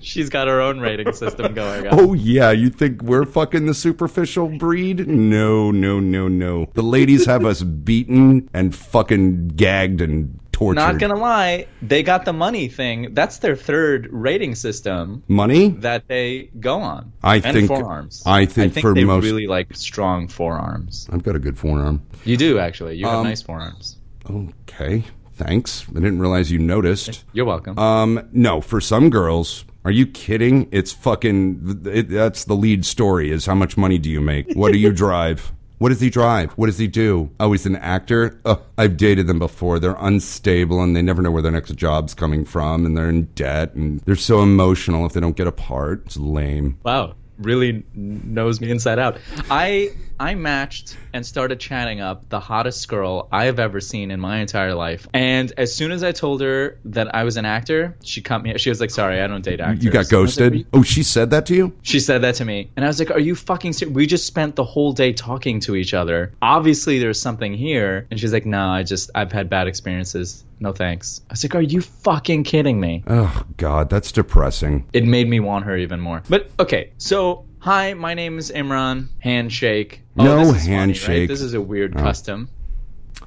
Speaker 4: She's got her own rating system going
Speaker 3: <laughs>
Speaker 4: on.
Speaker 3: Oh yeah, you think we're fucking the superficial breed? No, no, no, no. The ladies have
Speaker 4: <laughs>
Speaker 3: us beaten and fucking gagged and tortured.
Speaker 4: Not gonna lie, they got the money thing. That's their third rating system
Speaker 3: money.
Speaker 4: that they go on.
Speaker 3: I
Speaker 4: and
Speaker 3: think-
Speaker 4: forearms.
Speaker 3: I think for
Speaker 4: they
Speaker 3: most-
Speaker 4: really like strong forearms.
Speaker 3: I've got a good forearm.
Speaker 4: You do actually. You
Speaker 3: Um,
Speaker 4: have nice forearms.
Speaker 3: Okay, thanks. I didn't realize you noticed.
Speaker 4: You're welcome.
Speaker 3: Um, no, for some girls, are you kidding? It's fucking. It, that's the lead story. Is how much money do you make? What do you drive? What does he drive? What does he do? Oh, he's an actor. Ugh, I've dated them before. They're unstable and they never know where their next job's coming from, and they're in debt and they're so emotional if they don't get a part. It's lame.
Speaker 4: Wow, really knows me inside out. I I matched and started chatting up the hottest girl I have ever seen in my entire life. And as soon as I told her that I was an actor, she cut me. She was like, "Sorry, I don't date actors."
Speaker 3: You got
Speaker 4: And I was like, "Are
Speaker 3: ghosted. Oh, she said that to you.
Speaker 4: She said that to me, and I was like, "Are you fucking serious? We just spent the whole day talking to each other. Obviously, there's something here." And she's like, "No, I just I've had bad experiences No thanks. I was like, are you fucking kidding me?
Speaker 3: Oh God, that's depressing.
Speaker 4: It made me want her even more. But okay, so hi, my name is Imran. Handshake. Oh,
Speaker 3: No
Speaker 4: this is funny, right?
Speaker 3: handshake. Oh.
Speaker 4: This is a weird custom.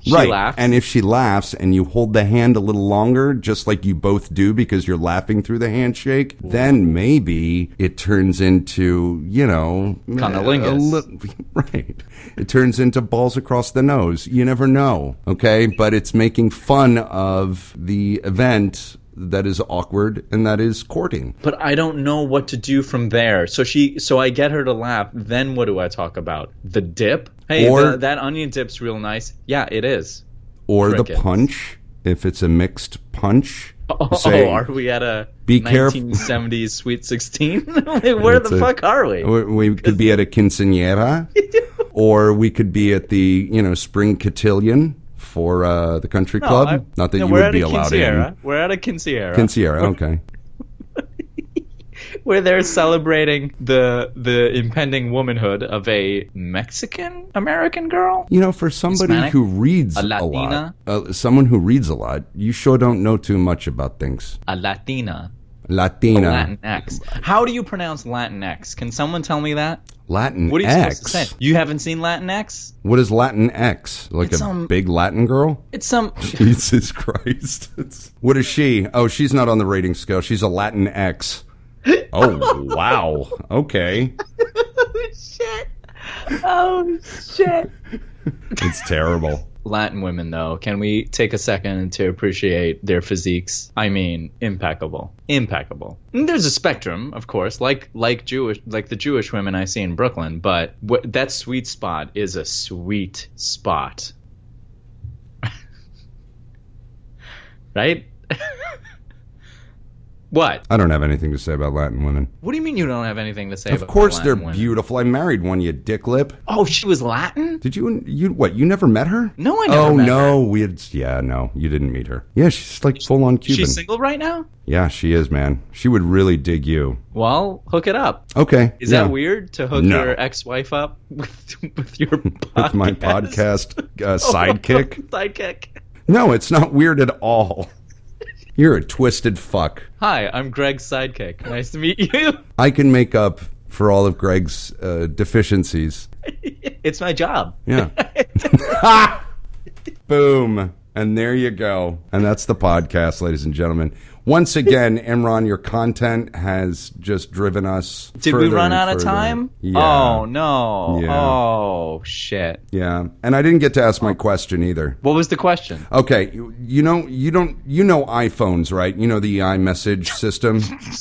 Speaker 4: She
Speaker 3: right.
Speaker 4: laughed.
Speaker 3: And if she laughs and you hold the hand a little longer, just like you both do because you're laughing through the handshake, then maybe it turns into, you know, a- a
Speaker 4: Cunnilingus.
Speaker 3: li- <laughs> right. It turns into balls across the nose. You never know. Okay. But it's making fun of the event that is awkward and that is courting.
Speaker 4: but I don't know what to do from there. So she, so I get her to laugh. Then what do I talk about? The dip? Hey,
Speaker 3: Or-
Speaker 4: the- that onion dip's real nice. Yeah, it
Speaker 3: <laughs>
Speaker 4: is.
Speaker 3: Or the
Speaker 4: Crickets.
Speaker 3: punch, if it's a mixed punch.
Speaker 4: <laughs> Oh,
Speaker 3: Say-
Speaker 4: are we at a
Speaker 3: Be caref-
Speaker 4: 1970s
Speaker 3: <laughs>
Speaker 4: Sweet 16? <laughs> Where the
Speaker 3: It's a-
Speaker 4: fuck are we?
Speaker 3: We, we could be at a
Speaker 4: <laughs>
Speaker 3: quinceanera, or we could be at the you know spring cotillion for uh, the country club.
Speaker 4: I-
Speaker 3: Not that
Speaker 4: no,
Speaker 3: you
Speaker 4: we're
Speaker 3: would
Speaker 4: at
Speaker 3: be
Speaker 4: a
Speaker 3: allowed
Speaker 4: quinceañera.
Speaker 3: in.
Speaker 4: We're at a quinceañera.
Speaker 3: Quinceanera, okay.
Speaker 4: where they're celebrating the the impending womanhood of a Mexican American girl.
Speaker 3: You know, for somebody
Speaker 4: Hispanic?
Speaker 3: who reads
Speaker 4: A
Speaker 3: a, lot,
Speaker 4: Latina?
Speaker 3: uh, someone who reads a lot, you sure don't know too much about things.
Speaker 4: A Latina. Oh,
Speaker 3: Latina,
Speaker 4: Latinx. How do you pronounce Latinx? Can someone tell me that?
Speaker 3: Latin
Speaker 4: What are you supposed to
Speaker 3: X.
Speaker 4: say? You haven't seen Latinx?
Speaker 3: What is Latin X? Like
Speaker 4: It's,
Speaker 3: a
Speaker 4: um,
Speaker 3: big Latin girl?
Speaker 4: It's some
Speaker 3: Jesus Christ! It's- what is she? Oh, she's not on the rating scale. She's a Latin X. <laughs> Oh wow. Okay.
Speaker 4: shit. Oh shit.
Speaker 3: It's terrible.
Speaker 4: Latin women though, can we take a second to appreciate their physiques? I mean, impeccable. Impeccable. And there's a spectrum, of course, like like Jewish like the Jewish women I see in Brooklyn, but wh- that sweet spot is a sweet spot. <laughs> right? <laughs> what?
Speaker 3: I don't have anything to say about Latin women.
Speaker 4: What do you mean you don't have anything to say
Speaker 3: Of
Speaker 4: about
Speaker 3: course,
Speaker 4: Latin
Speaker 3: they're
Speaker 4: women?
Speaker 3: beautiful. I married one, you dick lip.
Speaker 4: Oh, she was Latin?
Speaker 3: Did you? You what? You never met her?
Speaker 4: No, I never
Speaker 3: Oh
Speaker 4: met
Speaker 3: no, we had. Yeah, no, you didn't meet her. Yeah, she's like full on Cuban.
Speaker 4: She's single right now?
Speaker 3: yeah, she is, man. She would really dig you.
Speaker 4: Well, hook it up.
Speaker 3: Okay.
Speaker 4: Is
Speaker 3: yeah.
Speaker 4: that weird to hook
Speaker 3: No.
Speaker 4: your ex-wife up <laughs> with with your podcast? <laughs>
Speaker 3: With my podcast uh,
Speaker 4: Oh.
Speaker 3: sidekick?
Speaker 4: sidekick?
Speaker 3: No, it's not weird at all. You're a twisted fuck.
Speaker 4: Hi, I'm Greg's sidekick. Nice to meet you. <laughs>
Speaker 3: I can make up for all of Greg's uh, deficiencies.
Speaker 4: It's my job.
Speaker 3: Yeah. <laughs> Boom. And there you go. And that's the podcast, ladies and gentlemen. Once again, Imran, your content has just driven us.
Speaker 4: Did we
Speaker 3: further
Speaker 4: run
Speaker 3: and
Speaker 4: out of
Speaker 3: further.
Speaker 4: time?
Speaker 3: Yeah.
Speaker 4: Oh no.
Speaker 3: Yeah.
Speaker 4: Oh shit.
Speaker 3: Yeah. And I didn't get to ask my question either.
Speaker 4: What was the question?
Speaker 3: Okay, you, you know you don't you know iPhones, right? You know the iMessage system.
Speaker 4: <laughs>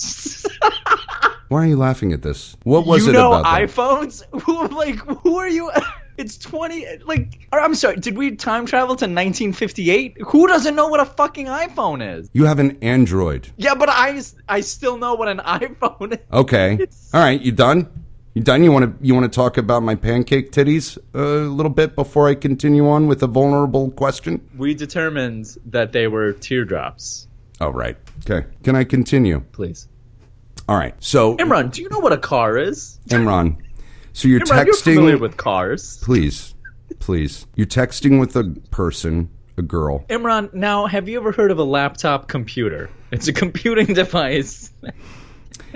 Speaker 3: Why are you laughing at this? What was
Speaker 4: you
Speaker 3: it
Speaker 4: know
Speaker 3: about? that?
Speaker 4: iPhones? <laughs> Who like who are you? <laughs> It's 20 like or I'm sorry, did we time travel to 1958? Who doesn't know what a fucking iPhone is?
Speaker 3: You have an Android.
Speaker 4: Yeah, but I I still know what an <laughs> iPhone is.
Speaker 3: Okay. All right. You done? You done? You want to you want to talk about my pancake titties a little bit before I continue on with a vulnerable question?
Speaker 4: We determined that they were teardrops.
Speaker 3: All right. Okay. Can I continue?
Speaker 4: Please.
Speaker 3: All right. So
Speaker 4: Imran, do you know what a car is?
Speaker 3: Imran, so you're
Speaker 4: Imran, you're
Speaker 3: texting.
Speaker 4: familiar with cars.
Speaker 3: please, please. You're texting with a person, a girl.
Speaker 4: Imran, now have you ever heard of a laptop computer? It's a computing <laughs> device.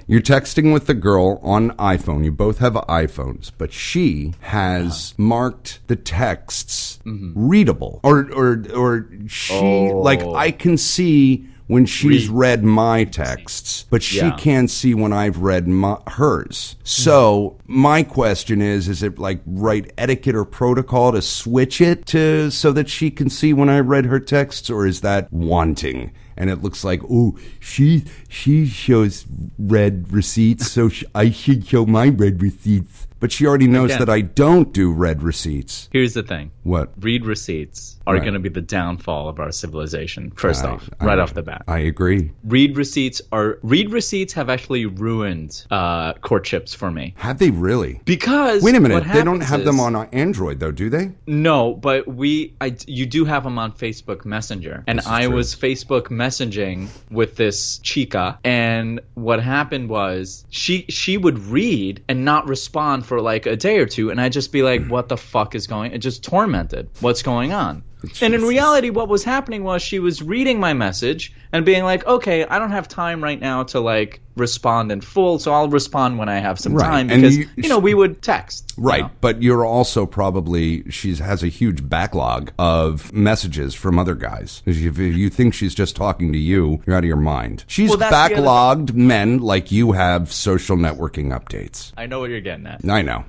Speaker 3: You're texting with the girl on iPhone. You both have iPhones, but she has marked the texts readable, Mm-hmm. Oh. or or or she like
Speaker 4: Oh.
Speaker 3: I can see when she's read my texts, but she
Speaker 4: Yeah.
Speaker 3: can't see when I've read my, hers. So my question is: Is it like right etiquette or protocol to switch it to so that she can see when I read her texts, or is that wanting? And it looks like, ooh, she she shows red receipts, so sh- I should show my red receipts. But she already knows
Speaker 4: Again.
Speaker 3: that I don't do red receipts.
Speaker 4: Here's the thing.
Speaker 3: What?
Speaker 4: Read receipts are
Speaker 3: Right.
Speaker 4: going to be the downfall of our civilization. First off,
Speaker 3: I-
Speaker 4: right off the bat,
Speaker 3: I agree.
Speaker 4: read receipts are read receipts have actually ruined uh, courtships for me
Speaker 3: Have they really?
Speaker 4: because
Speaker 3: Wait a
Speaker 4: what
Speaker 3: minute. They don't
Speaker 4: happens
Speaker 3: have them
Speaker 4: is-
Speaker 3: on uh, Android though, do they?
Speaker 4: No, but we, I, you do have them on Facebook Messenger, and I
Speaker 3: true.
Speaker 4: was Facebook messaging with this chica, and what happened was she she would read and not respond for for like a day or two, and I'd just be like, "What the fuck is going?" It just tormented. What's going on? And in reality, what was happening was she was reading my message and being like, "Okay, I don't have time right now to like respond in full, so I'll respond when I have some
Speaker 3: Right,
Speaker 4: time."
Speaker 3: and
Speaker 4: Because
Speaker 3: you-
Speaker 4: you, know we would text. you
Speaker 3: Right,
Speaker 4: know?
Speaker 3: but you're also probably she has a huge backlog of messages from other guys. If you- if you think she's just talking to you, you're out of your mind. She's
Speaker 4: Well, that's the other-
Speaker 3: backlogged men like you have social networking updates.
Speaker 4: I know what you're getting at.
Speaker 3: I know.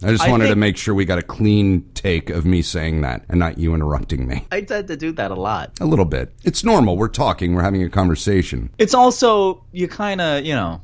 Speaker 3: I just
Speaker 4: I
Speaker 3: wanted to
Speaker 4: think-
Speaker 3: make sure we got a clean take of me saying that and not you interrupting me.
Speaker 4: I tend to do that a lot.
Speaker 3: A little bit. It's normal. We're talking. We're having a conversation.
Speaker 4: It's also you kind of you know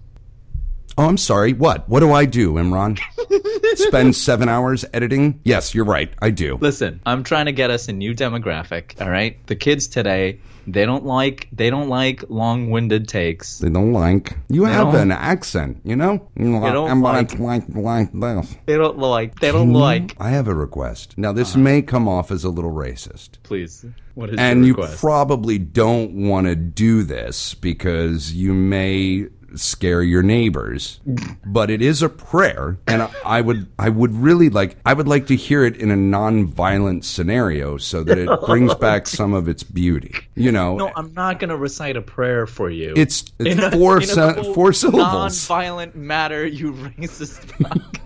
Speaker 3: Oh, I'm sorry. What? What do I do, Imran?
Speaker 4: <laughs>
Speaker 3: Spend seven hours editing? Yes, you're right. I do.
Speaker 4: Listen, I'm trying to get us a new demographic, all right? The kids today, they don't like they don't like long-winded takes.
Speaker 3: They don't like. You have an
Speaker 4: don't.
Speaker 3: accent, you know?
Speaker 4: don't
Speaker 3: I'm
Speaker 4: like.
Speaker 3: like, like this.
Speaker 4: They don't like they
Speaker 3: Hmm?
Speaker 4: don't like Uh-huh.
Speaker 3: I have a request. Now, this may come off as a little racist.
Speaker 4: please. What is
Speaker 3: and
Speaker 4: your
Speaker 3: you
Speaker 4: request?
Speaker 3: probably don't want to do this because you may scare your neighbors but it is a prayer and I- i would i would really like i would like to hear it in a non-violent scenario so that
Speaker 4: <laughs>
Speaker 3: it brings back some of its beauty you know
Speaker 4: no, I'm not going to recite a prayer for you.
Speaker 3: it's it's
Speaker 4: In a-
Speaker 3: four
Speaker 4: in a
Speaker 3: sen-
Speaker 4: cold,
Speaker 3: four syllables
Speaker 4: Non-violent matter, you <laughs> racist. fuck.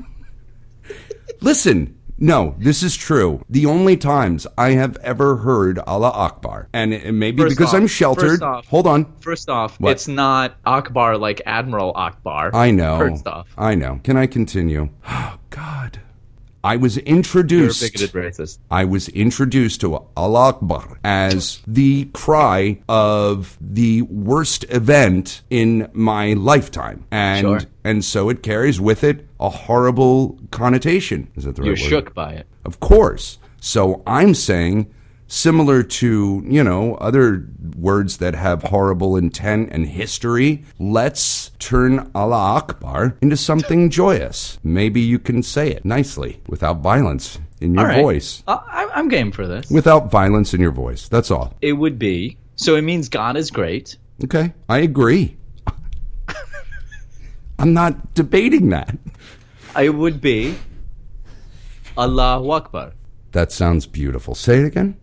Speaker 3: Listen, no, this is true. The only times I have ever heard Allah Akbar, and it, it may be
Speaker 4: First
Speaker 3: because
Speaker 4: off-
Speaker 3: I'm
Speaker 4: first
Speaker 3: sheltered.
Speaker 4: off-
Speaker 3: Hold on.
Speaker 4: First off,
Speaker 3: What?
Speaker 4: it's not Akbar like Admiral Akbar.
Speaker 3: I know.
Speaker 4: First off,
Speaker 3: I know. Can I continue? <gasps> Oh, God. I was
Speaker 4: you're a
Speaker 3: introduced.
Speaker 4: bigoted racist.
Speaker 3: I was introduced to Allah Akbar as the cry of the worst event in my lifetime, and
Speaker 4: Sure.
Speaker 3: and so it carries with it a horrible connotation. Is that the right
Speaker 4: You're
Speaker 3: word?
Speaker 4: shook by it.
Speaker 3: Of course. So I'm saying similar to, you know, other words that have horrible intent and history, let's turn Allah Akbar into something joyous. Maybe you can say it nicely without violence in your
Speaker 4: All right.
Speaker 3: voice.
Speaker 4: I- I- I'm game for this.
Speaker 3: Without violence in your voice. That's all.
Speaker 4: it would be. So it means God is great.
Speaker 3: Okay. I agree. <laughs> I'm not debating that.
Speaker 4: It would be Allahu Akbar. <laughs>
Speaker 3: That sounds beautiful. Say it again.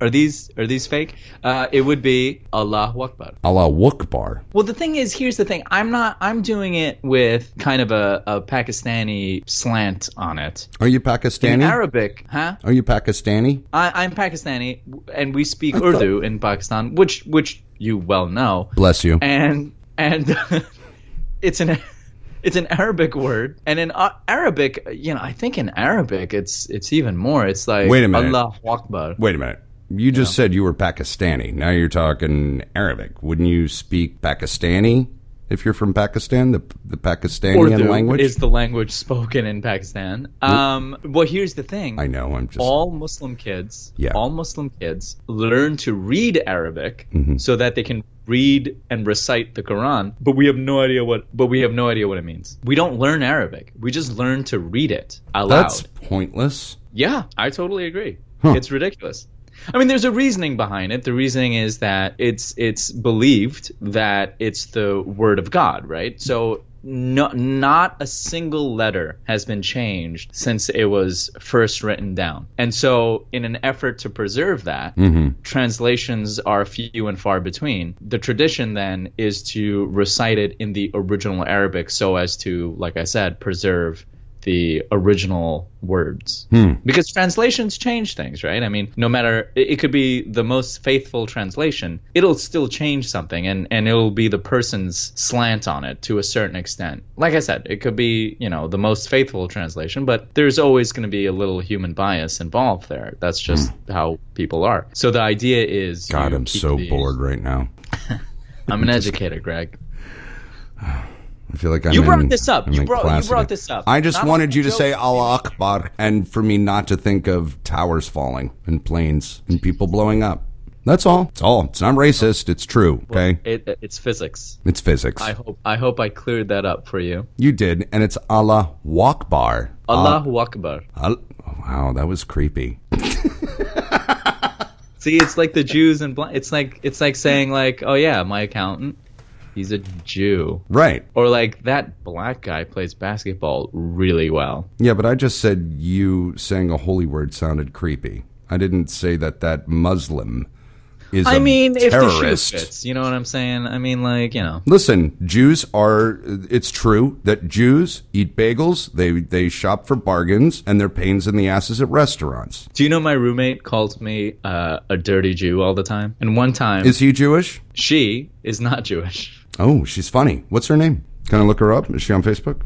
Speaker 4: are these are these fake? Uh, it would be Allahu Akbar.
Speaker 3: Allah Akbar.
Speaker 4: Well, the thing is, here's the thing. I'm not. I'm doing it with kind of a, a Pakistani slant on it.
Speaker 3: Are you
Speaker 4: In
Speaker 3: Pakistani?
Speaker 4: Arabic, huh?
Speaker 3: Are you Pakistani?
Speaker 4: I, I'm Pakistani, and we speak Urdu in Pakistan, which which you well know.
Speaker 3: Bless you.
Speaker 4: and and <laughs> it's an it's an Arabic word, and in uh, Arabic, you know, I think in Arabic it's it's even more. It's like
Speaker 3: Wait a minute.
Speaker 4: Allah Akbar.
Speaker 3: Wait a minute. You just said you were Pakistani. Now you're talking Arabic. Wouldn't you speak Pakistani if you're from Pakistan, the, the Pakistani
Speaker 4: Urdu
Speaker 3: language? Mm.
Speaker 4: is the language spoken in Pakistan. Um, well, here's the thing.
Speaker 3: I know. I'm just.
Speaker 4: All Muslim kids,
Speaker 3: Yeah.
Speaker 4: all Muslim kids learn to read Arabic
Speaker 3: Mm-hmm.
Speaker 4: so that they can read and recite the Quran, but we have no idea what but we have no idea what it means. We don't learn Arabic. We just learn to read it out
Speaker 3: that's
Speaker 4: loud.
Speaker 3: pointless.
Speaker 4: Yeah, I totally agree. It's ridiculous. I mean, there's a reasoning behind it. The reasoning is that it's it's believed that it's the word of God, right? So no, not a single letter has been changed since it was first written down. And so, in an effort to preserve that, translations are few and far between. The tradition then is to recite it in the original Arabic so as to, like I said, preserve the original words because translations change things right i mean no matter it, it could be the most faithful translation it'll still change something and and it'll be the person's slant on it to a certain extent like i said it could be you know the most faithful translation but there's always going to be a little human bias involved there that's just how people are so the idea is
Speaker 3: Hmm. God,
Speaker 4: you
Speaker 3: I'm
Speaker 4: keep
Speaker 3: so
Speaker 4: these-
Speaker 3: bored right now.
Speaker 4: i'm an educator greg
Speaker 3: I feel like I'm
Speaker 4: You brought
Speaker 3: in-
Speaker 4: this up.
Speaker 3: I'm
Speaker 4: You
Speaker 3: in
Speaker 4: brought- you
Speaker 3: class
Speaker 4: brought
Speaker 3: again.
Speaker 4: this up.
Speaker 3: I just
Speaker 4: Not
Speaker 3: wanted you to
Speaker 4: joke.
Speaker 3: say Allah Akbar and for me not to think of towers falling and planes and people blowing up. That's all. It's all. It's not racist. It's true. Okay.
Speaker 4: it, it's physics
Speaker 3: It's physics.
Speaker 4: i hope i hope i cleared that up for you
Speaker 3: You did, and it's Allah Wakbar.
Speaker 4: allahu akbar
Speaker 3: Al- wow, that was creepy.
Speaker 4: See, it's like the Jews and bl- it's like it's like saying like, oh yeah, my accountant, He's a Jew.
Speaker 3: Right.
Speaker 4: Or like that black guy plays basketball really well.
Speaker 3: Yeah, but I just said you saying a holy word sounded creepy. I didn't say that that Muslim is
Speaker 4: I
Speaker 3: a
Speaker 4: mean, if the shoe
Speaker 3: terrorist.
Speaker 4: fits, you know what I'm saying? I mean, like you know,
Speaker 3: Listen, Jews are. It's true that Jews eat bagels. They they shop for bargains, and they're pains in the asses at restaurants.
Speaker 4: do you know my roommate calls me uh, a dirty Jew all the time? And one time,
Speaker 3: Is he Jewish?
Speaker 4: she is not Jewish. <laughs>
Speaker 3: Oh, she's funny. What's her name? Can I look her up? Is she on Facebook?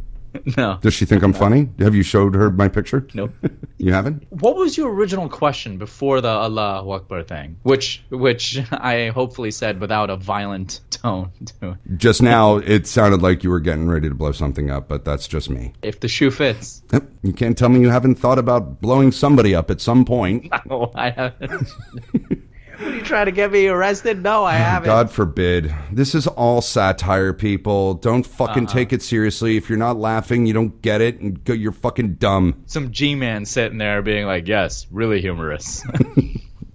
Speaker 4: no,
Speaker 3: Does she think I'm funny? Have you showed her my picture?
Speaker 4: no.
Speaker 3: You haven't?
Speaker 4: What was your original question before the Allah Akbar thing? Which which <laughs> I hopefully said without a violent <laughs> tone to it.
Speaker 3: Just now, it sounded like you were getting ready to blow something up, but that's just me.
Speaker 4: If the shoe fits.
Speaker 3: Yep. You can't tell me you haven't thought about blowing somebody up at some
Speaker 4: <laughs>
Speaker 3: point.
Speaker 4: Oh, I haven't. <laughs> what are you trying to get me arrested? No, I haven't.
Speaker 3: Mm, God forbid. This is all satire, people. Don't fucking
Speaker 4: Uh-huh.
Speaker 3: take it seriously. If you're not laughing, you don't get it, and go, you're fucking dumb.
Speaker 4: Some G man sitting there being like, yes, really humorous. <laughs>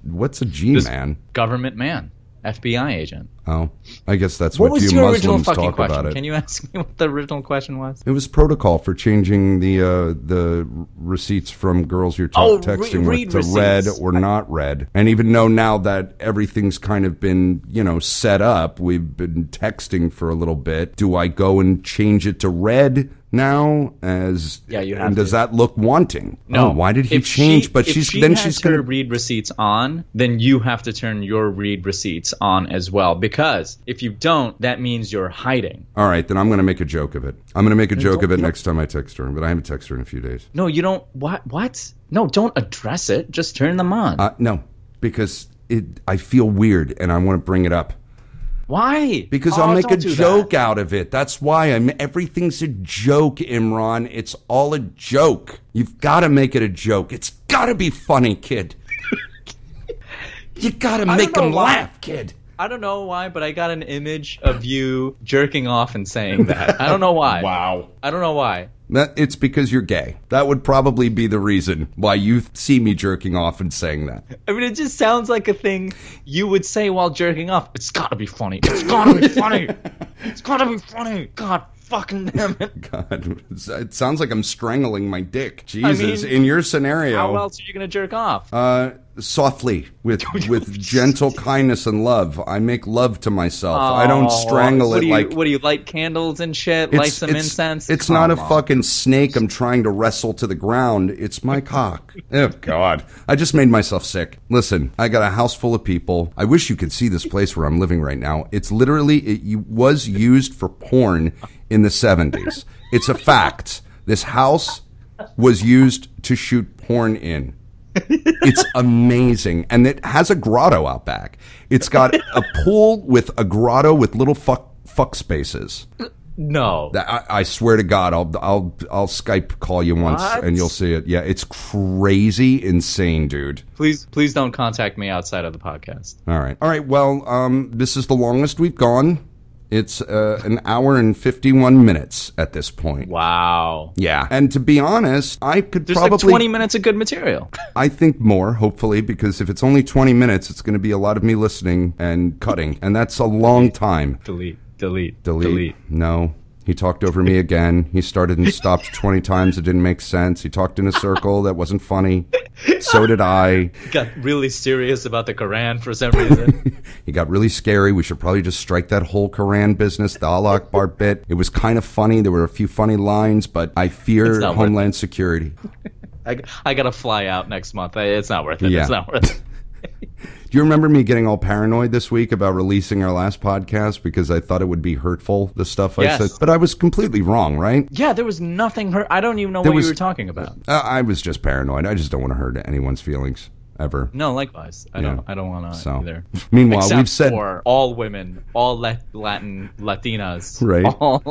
Speaker 3: What's a G man?
Speaker 4: Government man. FBI agent.
Speaker 3: Oh, I guess that's
Speaker 4: What
Speaker 3: what,
Speaker 4: was
Speaker 3: you
Speaker 4: your original
Speaker 3: Muslims
Speaker 4: fucking
Speaker 3: talk
Speaker 4: question?
Speaker 3: about it.
Speaker 4: Can you ask me what the original question was?
Speaker 3: it was protocol for changing the uh, the receipts from girls you're ta-
Speaker 4: Oh, re-
Speaker 3: texting
Speaker 4: read
Speaker 3: with to red
Speaker 4: receipts.
Speaker 3: or not red. And even though now that everything's kind of been you know set up, we've been texting for a little bit. Do I go and change it to red now? As
Speaker 4: Yeah, you have
Speaker 3: And does
Speaker 4: to.
Speaker 3: that look wanting?
Speaker 4: No.
Speaker 3: Oh, why did he
Speaker 4: If
Speaker 3: change?
Speaker 4: she-
Speaker 3: but
Speaker 4: if
Speaker 3: she's
Speaker 4: she
Speaker 3: then
Speaker 4: has
Speaker 3: she's
Speaker 4: her
Speaker 3: gonna.
Speaker 4: read receipts on. Then you have to turn your read receipts on as well because if you don't, that means you're hiding.
Speaker 3: All right, then I'm gonna make a joke of it. I'm gonna make a joke of it next time I text her, but I haven't texted her in a few days.
Speaker 4: No, you don't. What? What? No, don't address it. Just turn them on.
Speaker 3: Uh, no, because it I feel weird and I want to bring it up.
Speaker 4: Why?
Speaker 3: Because
Speaker 4: Oh,
Speaker 3: I'll make a
Speaker 4: don't do that.
Speaker 3: joke out of it. That's why I'm everything's a joke, Imran. It's all a joke. You've got to make it a joke. It's got to be funny,
Speaker 4: <laughs>
Speaker 3: kid. you got to make
Speaker 4: know
Speaker 3: them
Speaker 4: why.
Speaker 3: laugh, kid.
Speaker 4: I don't know why, but I got an image of you jerking off and saying that. I don't know why.
Speaker 7: Wow.
Speaker 4: I don't know why.
Speaker 3: That, it's because you're gay. That would probably be the reason why you see me jerking off and saying that. <laughs>
Speaker 4: I mean, it just sounds like a thing you would say while jerking off. It's gotta be funny. It's gotta be funny. It's gotta be funny. God fucking damn it.
Speaker 3: God, it sounds like I'm strangling my dick. Jesus,
Speaker 4: mean,
Speaker 3: in your scenario,
Speaker 4: How else are you gonna jerk off?
Speaker 3: Uh, softly
Speaker 4: <laughs>
Speaker 3: with with gentle kindness and love. I make love to myself. I don't strangle
Speaker 4: what
Speaker 3: it
Speaker 4: do you,
Speaker 3: like
Speaker 4: What do you light candles and shit?
Speaker 3: it's,
Speaker 4: light some
Speaker 3: it's-
Speaker 4: incense.
Speaker 3: It's
Speaker 4: Come
Speaker 3: not a
Speaker 4: on.
Speaker 3: fucking snake. I'm trying to wrestle to the ground. It's
Speaker 4: <laughs>
Speaker 3: my cock. Oh God! I just made myself sick. Listen, I got a house full of people. I wish you could see this place where I'm living right now. It's literally it you- was used for porn in the 70s. It's a fact. This house was used to shoot porn in. It's amazing. And it has a grotto out back. It's got a pool with a grotto with little fuck fuck spaces.
Speaker 4: No.
Speaker 3: That- I, I swear to God, I'll I'll I'll Skype call you once
Speaker 4: What?
Speaker 3: and you'll see it. Yeah, it's crazy, insane, dude.
Speaker 4: please, please don't contact me outside of the podcast.
Speaker 3: All right, all right. Well, um, this is the longest we've gone. It's uh, an hour and fifty-one minutes at this point.
Speaker 4: Wow.
Speaker 3: Yeah, and to be honest, I could
Speaker 4: There's
Speaker 3: probably
Speaker 4: like 20 minutes of good material. <laughs>
Speaker 3: I think more, hopefully, because if it's only twenty minutes, it's going to be a lot of me listening and cutting, and that's a long time.
Speaker 4: delete, delete,
Speaker 3: Delete. No. He talked over me again. He started and stopped 20 times. It didn't make sense. He talked in a circle. That wasn't funny. So did I.
Speaker 4: Got really serious about the Quran for
Speaker 3: <laughs>
Speaker 4: some reason.
Speaker 3: He got really scary. We should probably just strike that whole Koran business, the Allah Akbar bit. It was kind of funny. There were a few funny lines, but I fear
Speaker 4: not worth
Speaker 3: Homeland Security.
Speaker 4: I, I gotta fly out next month. I, it's not worth it.
Speaker 3: Yeah.
Speaker 4: It's not
Speaker 3: <laughs>
Speaker 4: worth it.
Speaker 3: Do you remember me getting all paranoid this week about releasing our last podcast because I thought it would be hurtful, the stuff I
Speaker 4: Yes.
Speaker 3: said? But I was completely wrong, right?
Speaker 4: Yeah, there was nothing hurt. I don't even know what
Speaker 3: was-
Speaker 4: you were talking about.
Speaker 3: Uh, I was just paranoid. I just don't want to hurt anyone's feelings ever.
Speaker 4: No, likewise. I
Speaker 3: Yeah.
Speaker 4: don't. I don't want to
Speaker 3: So.
Speaker 4: either.
Speaker 3: <laughs> Meanwhile,
Speaker 4: Except
Speaker 3: we've said-
Speaker 4: for all women, all Lat- Latin Latinas,
Speaker 3: Right.
Speaker 4: <laughs> All,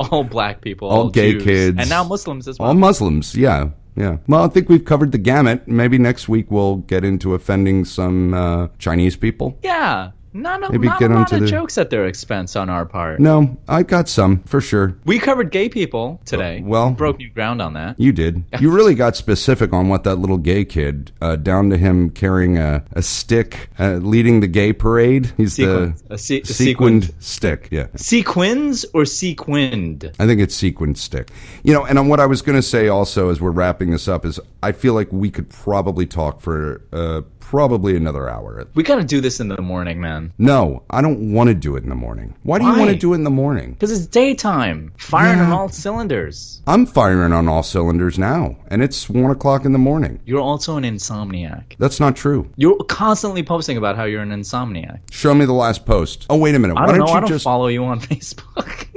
Speaker 4: all black people,
Speaker 3: all gay
Speaker 4: Jews,
Speaker 3: kids,
Speaker 4: and now Muslims as well.
Speaker 3: All Muslims, yeah, yeah. Well, I think we've covered the gamut. Maybe next week we'll get into offending some uh, Chinese people.
Speaker 4: yeah, Not a,
Speaker 3: Maybe
Speaker 4: not
Speaker 3: get
Speaker 4: a lot
Speaker 3: onto
Speaker 4: of
Speaker 3: the-
Speaker 4: jokes at their expense on our part.
Speaker 3: No, I got some for sure.
Speaker 4: We covered gay people today.
Speaker 3: well-
Speaker 4: broke new ground on that.
Speaker 3: You
Speaker 4: <laughs>
Speaker 3: did. You really got specific on what that little gay kid, uh, down to him carrying a, a stick, uh, leading the gay parade. He's
Speaker 4: Sequined.
Speaker 3: the
Speaker 4: A uh, se- a
Speaker 3: sequined
Speaker 4: sequined.
Speaker 3: stick. Yeah.
Speaker 4: Sequins or sequined?
Speaker 3: I think it's sequined stick. You know, and on what I was going to say also as we're wrapping this up is I feel like we could probably talk for uh, probably another hour.
Speaker 4: We gotta do this in the morning, man.
Speaker 3: No, I don't want to do it in the morning. Why do you
Speaker 4: Why?
Speaker 3: want to do it in the morning?
Speaker 4: Because it's daytime. Firing on
Speaker 3: Yeah.
Speaker 4: all cylinders.
Speaker 3: I'm firing on all cylinders now, and it's one o'clock in the morning.
Speaker 4: You're also an insomniac.
Speaker 3: That's not true.
Speaker 4: You're constantly posting about how you're an insomniac.
Speaker 3: Show me the last post. Oh, wait a minute.
Speaker 4: I
Speaker 3: Why
Speaker 4: don't
Speaker 3: don't,
Speaker 4: know.
Speaker 3: you
Speaker 4: I don't
Speaker 3: just.
Speaker 4: follow you on <laughs> Facebook.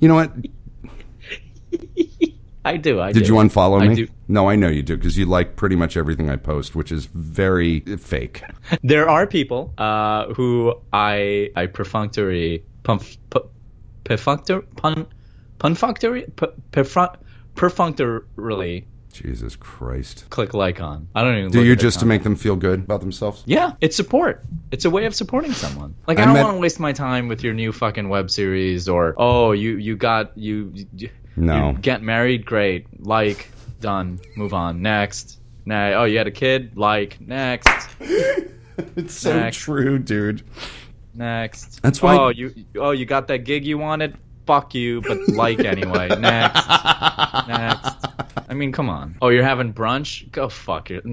Speaker 3: You know what?
Speaker 4: I do. I
Speaker 3: Did
Speaker 4: do.
Speaker 3: you unfollow
Speaker 4: I
Speaker 3: me?
Speaker 4: do.
Speaker 3: No, I know you do because you like pretty much everything I post, which is very fake.
Speaker 4: There are people uh, who I I perfunctory pumf, pu- perfunctor pun punfunctory pu- perfun- perfunctorily
Speaker 3: Jesus Christ.
Speaker 4: click like on. I don't even.
Speaker 3: Do
Speaker 4: look
Speaker 3: you
Speaker 4: at the
Speaker 3: just to
Speaker 4: comment.
Speaker 3: make them feel good about themselves?
Speaker 4: Yeah, it's support. It's a way of supporting someone. Like I,
Speaker 3: I
Speaker 4: don't
Speaker 3: met-
Speaker 4: want to waste my time with your new fucking web series or oh you you got you, you
Speaker 3: No.
Speaker 4: you get married great like done move on next. Nah, oh you had a kid like next.
Speaker 3: <laughs> It's so
Speaker 4: Next.
Speaker 3: true, dude.
Speaker 4: Next.
Speaker 3: That's why-
Speaker 4: Oh, you. Oh, you got that gig you wanted. Fuck
Speaker 3: <laughs>
Speaker 4: you, but like anyway. Next. Next. I mean, come on. Oh, you're having brunch? Go fuck it.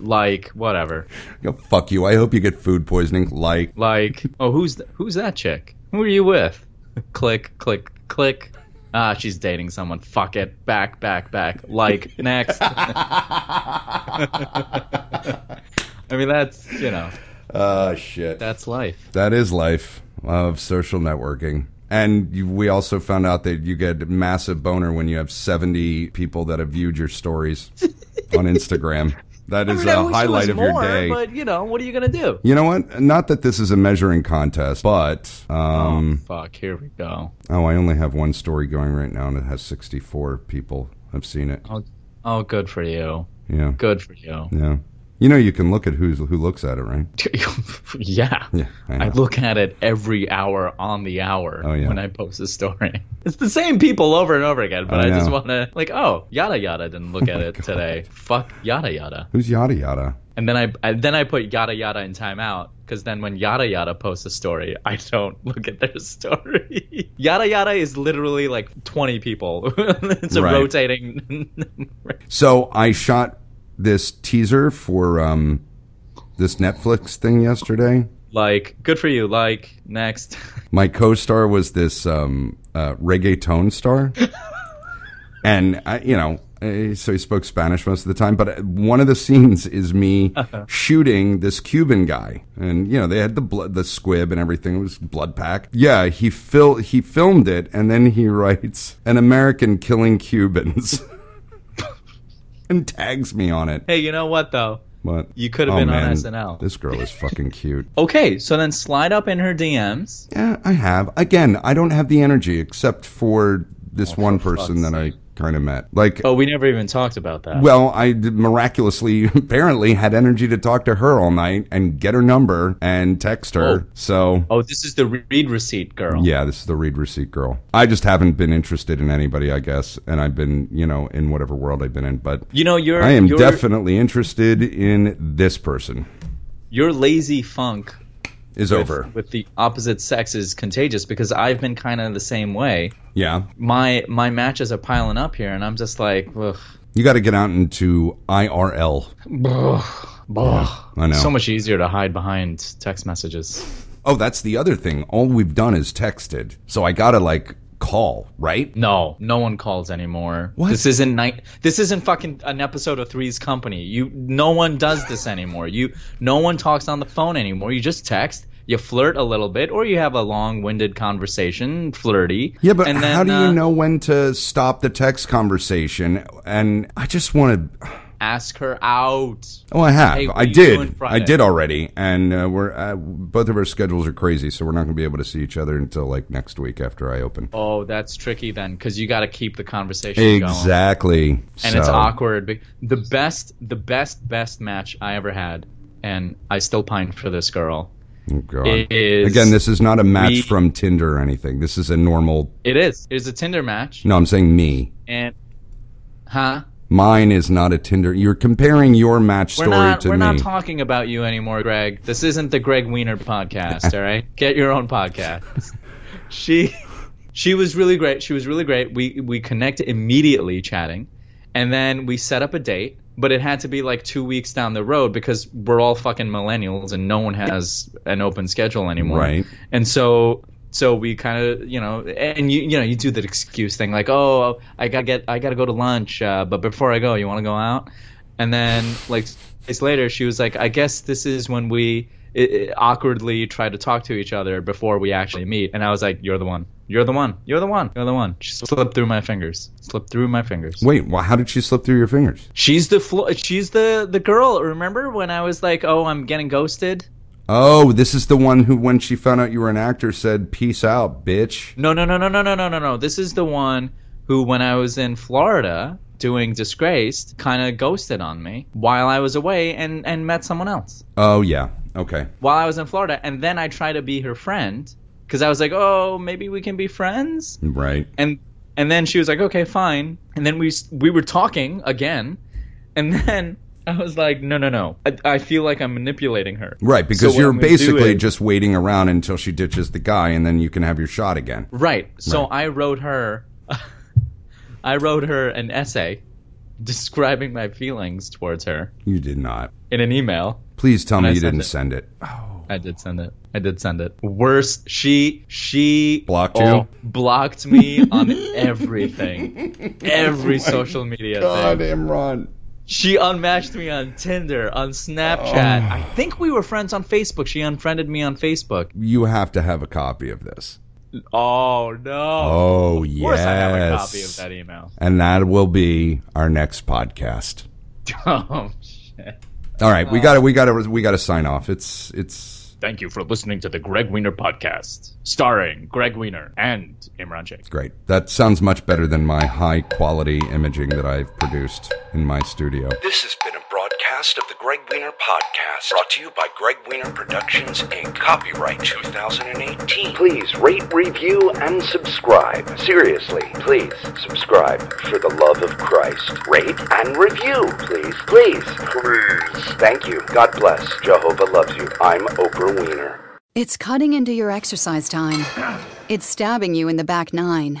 Speaker 4: Like whatever.
Speaker 3: Go fuck you. I hope you get food poisoning. Like, <laughs>
Speaker 4: Like oh, who's th- who's that chick? Who are you with? <laughs> click, click, click. Ah, she's dating someone. Fuck it. Back, back, back.
Speaker 3: <laughs>
Speaker 4: Like next. I mean, that's you know,
Speaker 3: oh shit.
Speaker 4: that's life.
Speaker 3: That is life of social networking. And you, we also found out that you get massive boner when you have 70 people that have viewed your stories
Speaker 4: <laughs>
Speaker 3: on Instagram. That is
Speaker 4: I
Speaker 3: a
Speaker 4: wish it was
Speaker 3: highlight of
Speaker 4: more,
Speaker 3: your day.
Speaker 4: But you know, what are you gonna do?
Speaker 3: you know what? Not that this is a measuring contest, but um,
Speaker 4: Fuck, here we go.
Speaker 3: oh, I only have one story going right now, and it has 64 people have seen it.
Speaker 4: Oh, oh, good for you.
Speaker 3: Yeah,
Speaker 4: Good for you. <laughs>
Speaker 3: yeah. You know, you can look at who's who looks at it, right?
Speaker 4: yeah.
Speaker 3: Yeah, I know.
Speaker 4: I look at it every hour on the hour
Speaker 3: Oh, yeah.
Speaker 4: when I post a story. <laughs> It's the same people over and over again, but
Speaker 3: I
Speaker 4: I, just
Speaker 3: know. Oh
Speaker 4: want to, like, oh, yada yada
Speaker 3: <laughs>
Speaker 4: didn't look at it today. Fuck yada yada.
Speaker 3: Who's yada yada?
Speaker 4: And then I, I then I put yada yada in timeout because then when yada yada posts a story, I don't <laughs> look at their story. <laughs> yada yada is literally like 20 people. <laughs> it's a
Speaker 3: Right.
Speaker 4: rotating. <laughs>
Speaker 3: So I shot this teaser for um, this Netflix thing yesterday.
Speaker 4: like, good for you. Like, next. <laughs>
Speaker 3: My co-star was this um, uh, reggaeton star, and I, you know, eh, so he spoke Spanish most of the time. But uh, one of the scenes is me shooting this Cuban guy, and you know, they had the blood, the squib, and everything. It was blood pack. Yeah, he fil- he filmed it, and then he <laughs> writes an American killing Cubans. <laughs> And tags me on it.
Speaker 4: Hey, you know what though?
Speaker 3: But
Speaker 4: You could have
Speaker 3: oh,
Speaker 4: been on
Speaker 3: man,
Speaker 4: SNL.
Speaker 3: This girl is fucking
Speaker 4: <laughs>
Speaker 3: cute.
Speaker 4: Okay, so then slide up in her DMs.
Speaker 3: Yeah, I have. Again, I don't have the energy except for this one person that I kind of met. Like,
Speaker 4: Oh, we never even talked about that.
Speaker 3: well, I d- miraculously, <laughs> apparently, had energy to talk to her all night and get her number and text her. So,
Speaker 4: oh, this is the read receipt girl.
Speaker 3: yeah, this is the read receipt girl. I just haven't been interested in anybody, I guess, and I've been, you know, in whatever world I've been in. But
Speaker 4: You know, you're
Speaker 3: I am
Speaker 4: you're,
Speaker 3: definitely interested in this person.
Speaker 4: your lazy funk
Speaker 3: Is
Speaker 4: with-
Speaker 3: over.
Speaker 4: with the opposite sex is contagious because I've been kind of the same way.
Speaker 3: Yeah.
Speaker 4: My my matches are piling up here, and I'm just like, ugh,
Speaker 3: You got to get out into IRL. I know.
Speaker 4: so much easier to hide behind text messages.
Speaker 3: Oh, that's the other thing. All we've done is texted. So I gotta like call, right?
Speaker 4: No, no one calls anymore.
Speaker 3: What?
Speaker 4: This isn't night. This isn't fucking an episode of Three's Company. You, no one does this anymore. You, no one talks on the phone anymore. You just text. You flirt a little bit, or you have a long-winded conversation, flirty.
Speaker 3: Yeah, but
Speaker 4: and then,
Speaker 3: how do you
Speaker 4: uh,
Speaker 3: know when to stop the text conversation? And I just want to.
Speaker 4: Ask her out.
Speaker 3: Oh, I have.
Speaker 4: Hey, what
Speaker 3: I
Speaker 4: are you doing
Speaker 3: did. I
Speaker 4: Friday?
Speaker 3: did already, and uh, we're uh, both of our schedules are crazy, so we're not going to be able to see each other until like next week after I open.
Speaker 4: Oh, that's tricky then, because you got to keep the conversation going.
Speaker 3: exactly.
Speaker 4: and it's
Speaker 3: So-
Speaker 4: awkward. be- The best, the best, best match I ever had and I still pine for this girl.
Speaker 3: Oh, God.
Speaker 4: It is-
Speaker 3: Again, this is not a match
Speaker 4: we-
Speaker 3: from Tinder or anything. This is a normal.
Speaker 4: It is. It is a Tinder match,
Speaker 3: No, I'm saying me.
Speaker 4: and huh?
Speaker 3: Mine is not a Tinder. You're comparing your match
Speaker 4: We're
Speaker 3: story
Speaker 4: not.
Speaker 3: to
Speaker 4: We're
Speaker 3: me.
Speaker 4: not talking about you anymore, Greg. This isn't the Greg Wiener podcast. all right, get your
Speaker 3: <laughs>
Speaker 4: own podcast. she, she was really great. She was really great. We we connect immediately chatting, and then we set up a date. But it had to be like two weeks down the road because we're all fucking millennials and no one has an open schedule anymore.
Speaker 3: Right.
Speaker 4: And so so we kind of you know and you you know you do that excuse thing like oh I gotta get I gotta go to lunch uh, but before I go you want to go out and then like days later she was like I guess this is when we i i- awkwardly try to talk to each other before we actually meet and I was like you're the one you're the one you're the one you're the one she slipped through my fingers slipped through my fingers
Speaker 3: Wait, well, how did she slip through your fingers?
Speaker 4: she's the flo- she's the the girl remember when I was like oh I'm getting ghosted
Speaker 3: Oh, this is the one who, when she found out you were an actor, said, "Peace out, bitch."
Speaker 4: No, no, no, no, no, no, no, no, no. This is the one who, when I was in Florida doing Disgraced, kind of ghosted on me while I was away and, and met someone else
Speaker 3: Oh yeah, okay.
Speaker 4: while I was in Florida. And then I tried to be her friend because I was like, oh, maybe we can be friends.
Speaker 3: Right.
Speaker 4: And and then she was like, okay, fine. And then we s- we were talking again, and then. <laughs> I was like, no, no, no. I, I feel like I'm manipulating her.
Speaker 3: Right, because
Speaker 4: So what
Speaker 3: you're
Speaker 4: I'm gonna do
Speaker 3: basically
Speaker 4: is-
Speaker 3: just waiting around until she ditches the guy, and then you can have your shot again.
Speaker 4: Right. So I wrote her, <laughs> I wrote her an essay describing my feelings towards her
Speaker 3: You did not.
Speaker 4: in an email.
Speaker 3: Please tell me
Speaker 4: I
Speaker 3: you
Speaker 4: send
Speaker 3: didn't
Speaker 4: it.
Speaker 3: send it.
Speaker 4: I did send it. I did send it. Worse, she she
Speaker 3: Blocked you?
Speaker 4: blocked me on everything,
Speaker 3: <laughs>
Speaker 4: every
Speaker 3: Oh
Speaker 4: social media thing.
Speaker 3: Imran.
Speaker 4: She unmatched me on Tinder, on Snapchat.
Speaker 3: Oh.
Speaker 4: I think we were friends on Facebook. She unfriended me on Facebook.
Speaker 3: You have to have a copy of this.
Speaker 4: Oh no!
Speaker 3: Oh
Speaker 4: of
Speaker 3: yes.
Speaker 4: course, I have a copy of that email. <laughs>
Speaker 3: And that will be our next podcast.
Speaker 4: Oh shit.
Speaker 3: All right, we got to we got to we got to sign off. It's it's
Speaker 8: Thank you for listening to the Greg Wiener podcast, starring Greg Wiener and Imran Sheikh.
Speaker 3: great. That sounds much better than my high quality imaging that I've produced in my studio.
Speaker 7: This has been a broadcast of the Greg Wiener Podcast, brought to you by Greg Wiener Productions, Inc. Copyright 2018. Please rate, review, and subscribe. Seriously, please subscribe for the love of Christ. Rate and review, please. Please. Please. Thank you. God bless. Jehovah loves you. I'm Oprah Wiener.
Speaker 9: It's cutting into your exercise time. It's stabbing you in the back nine.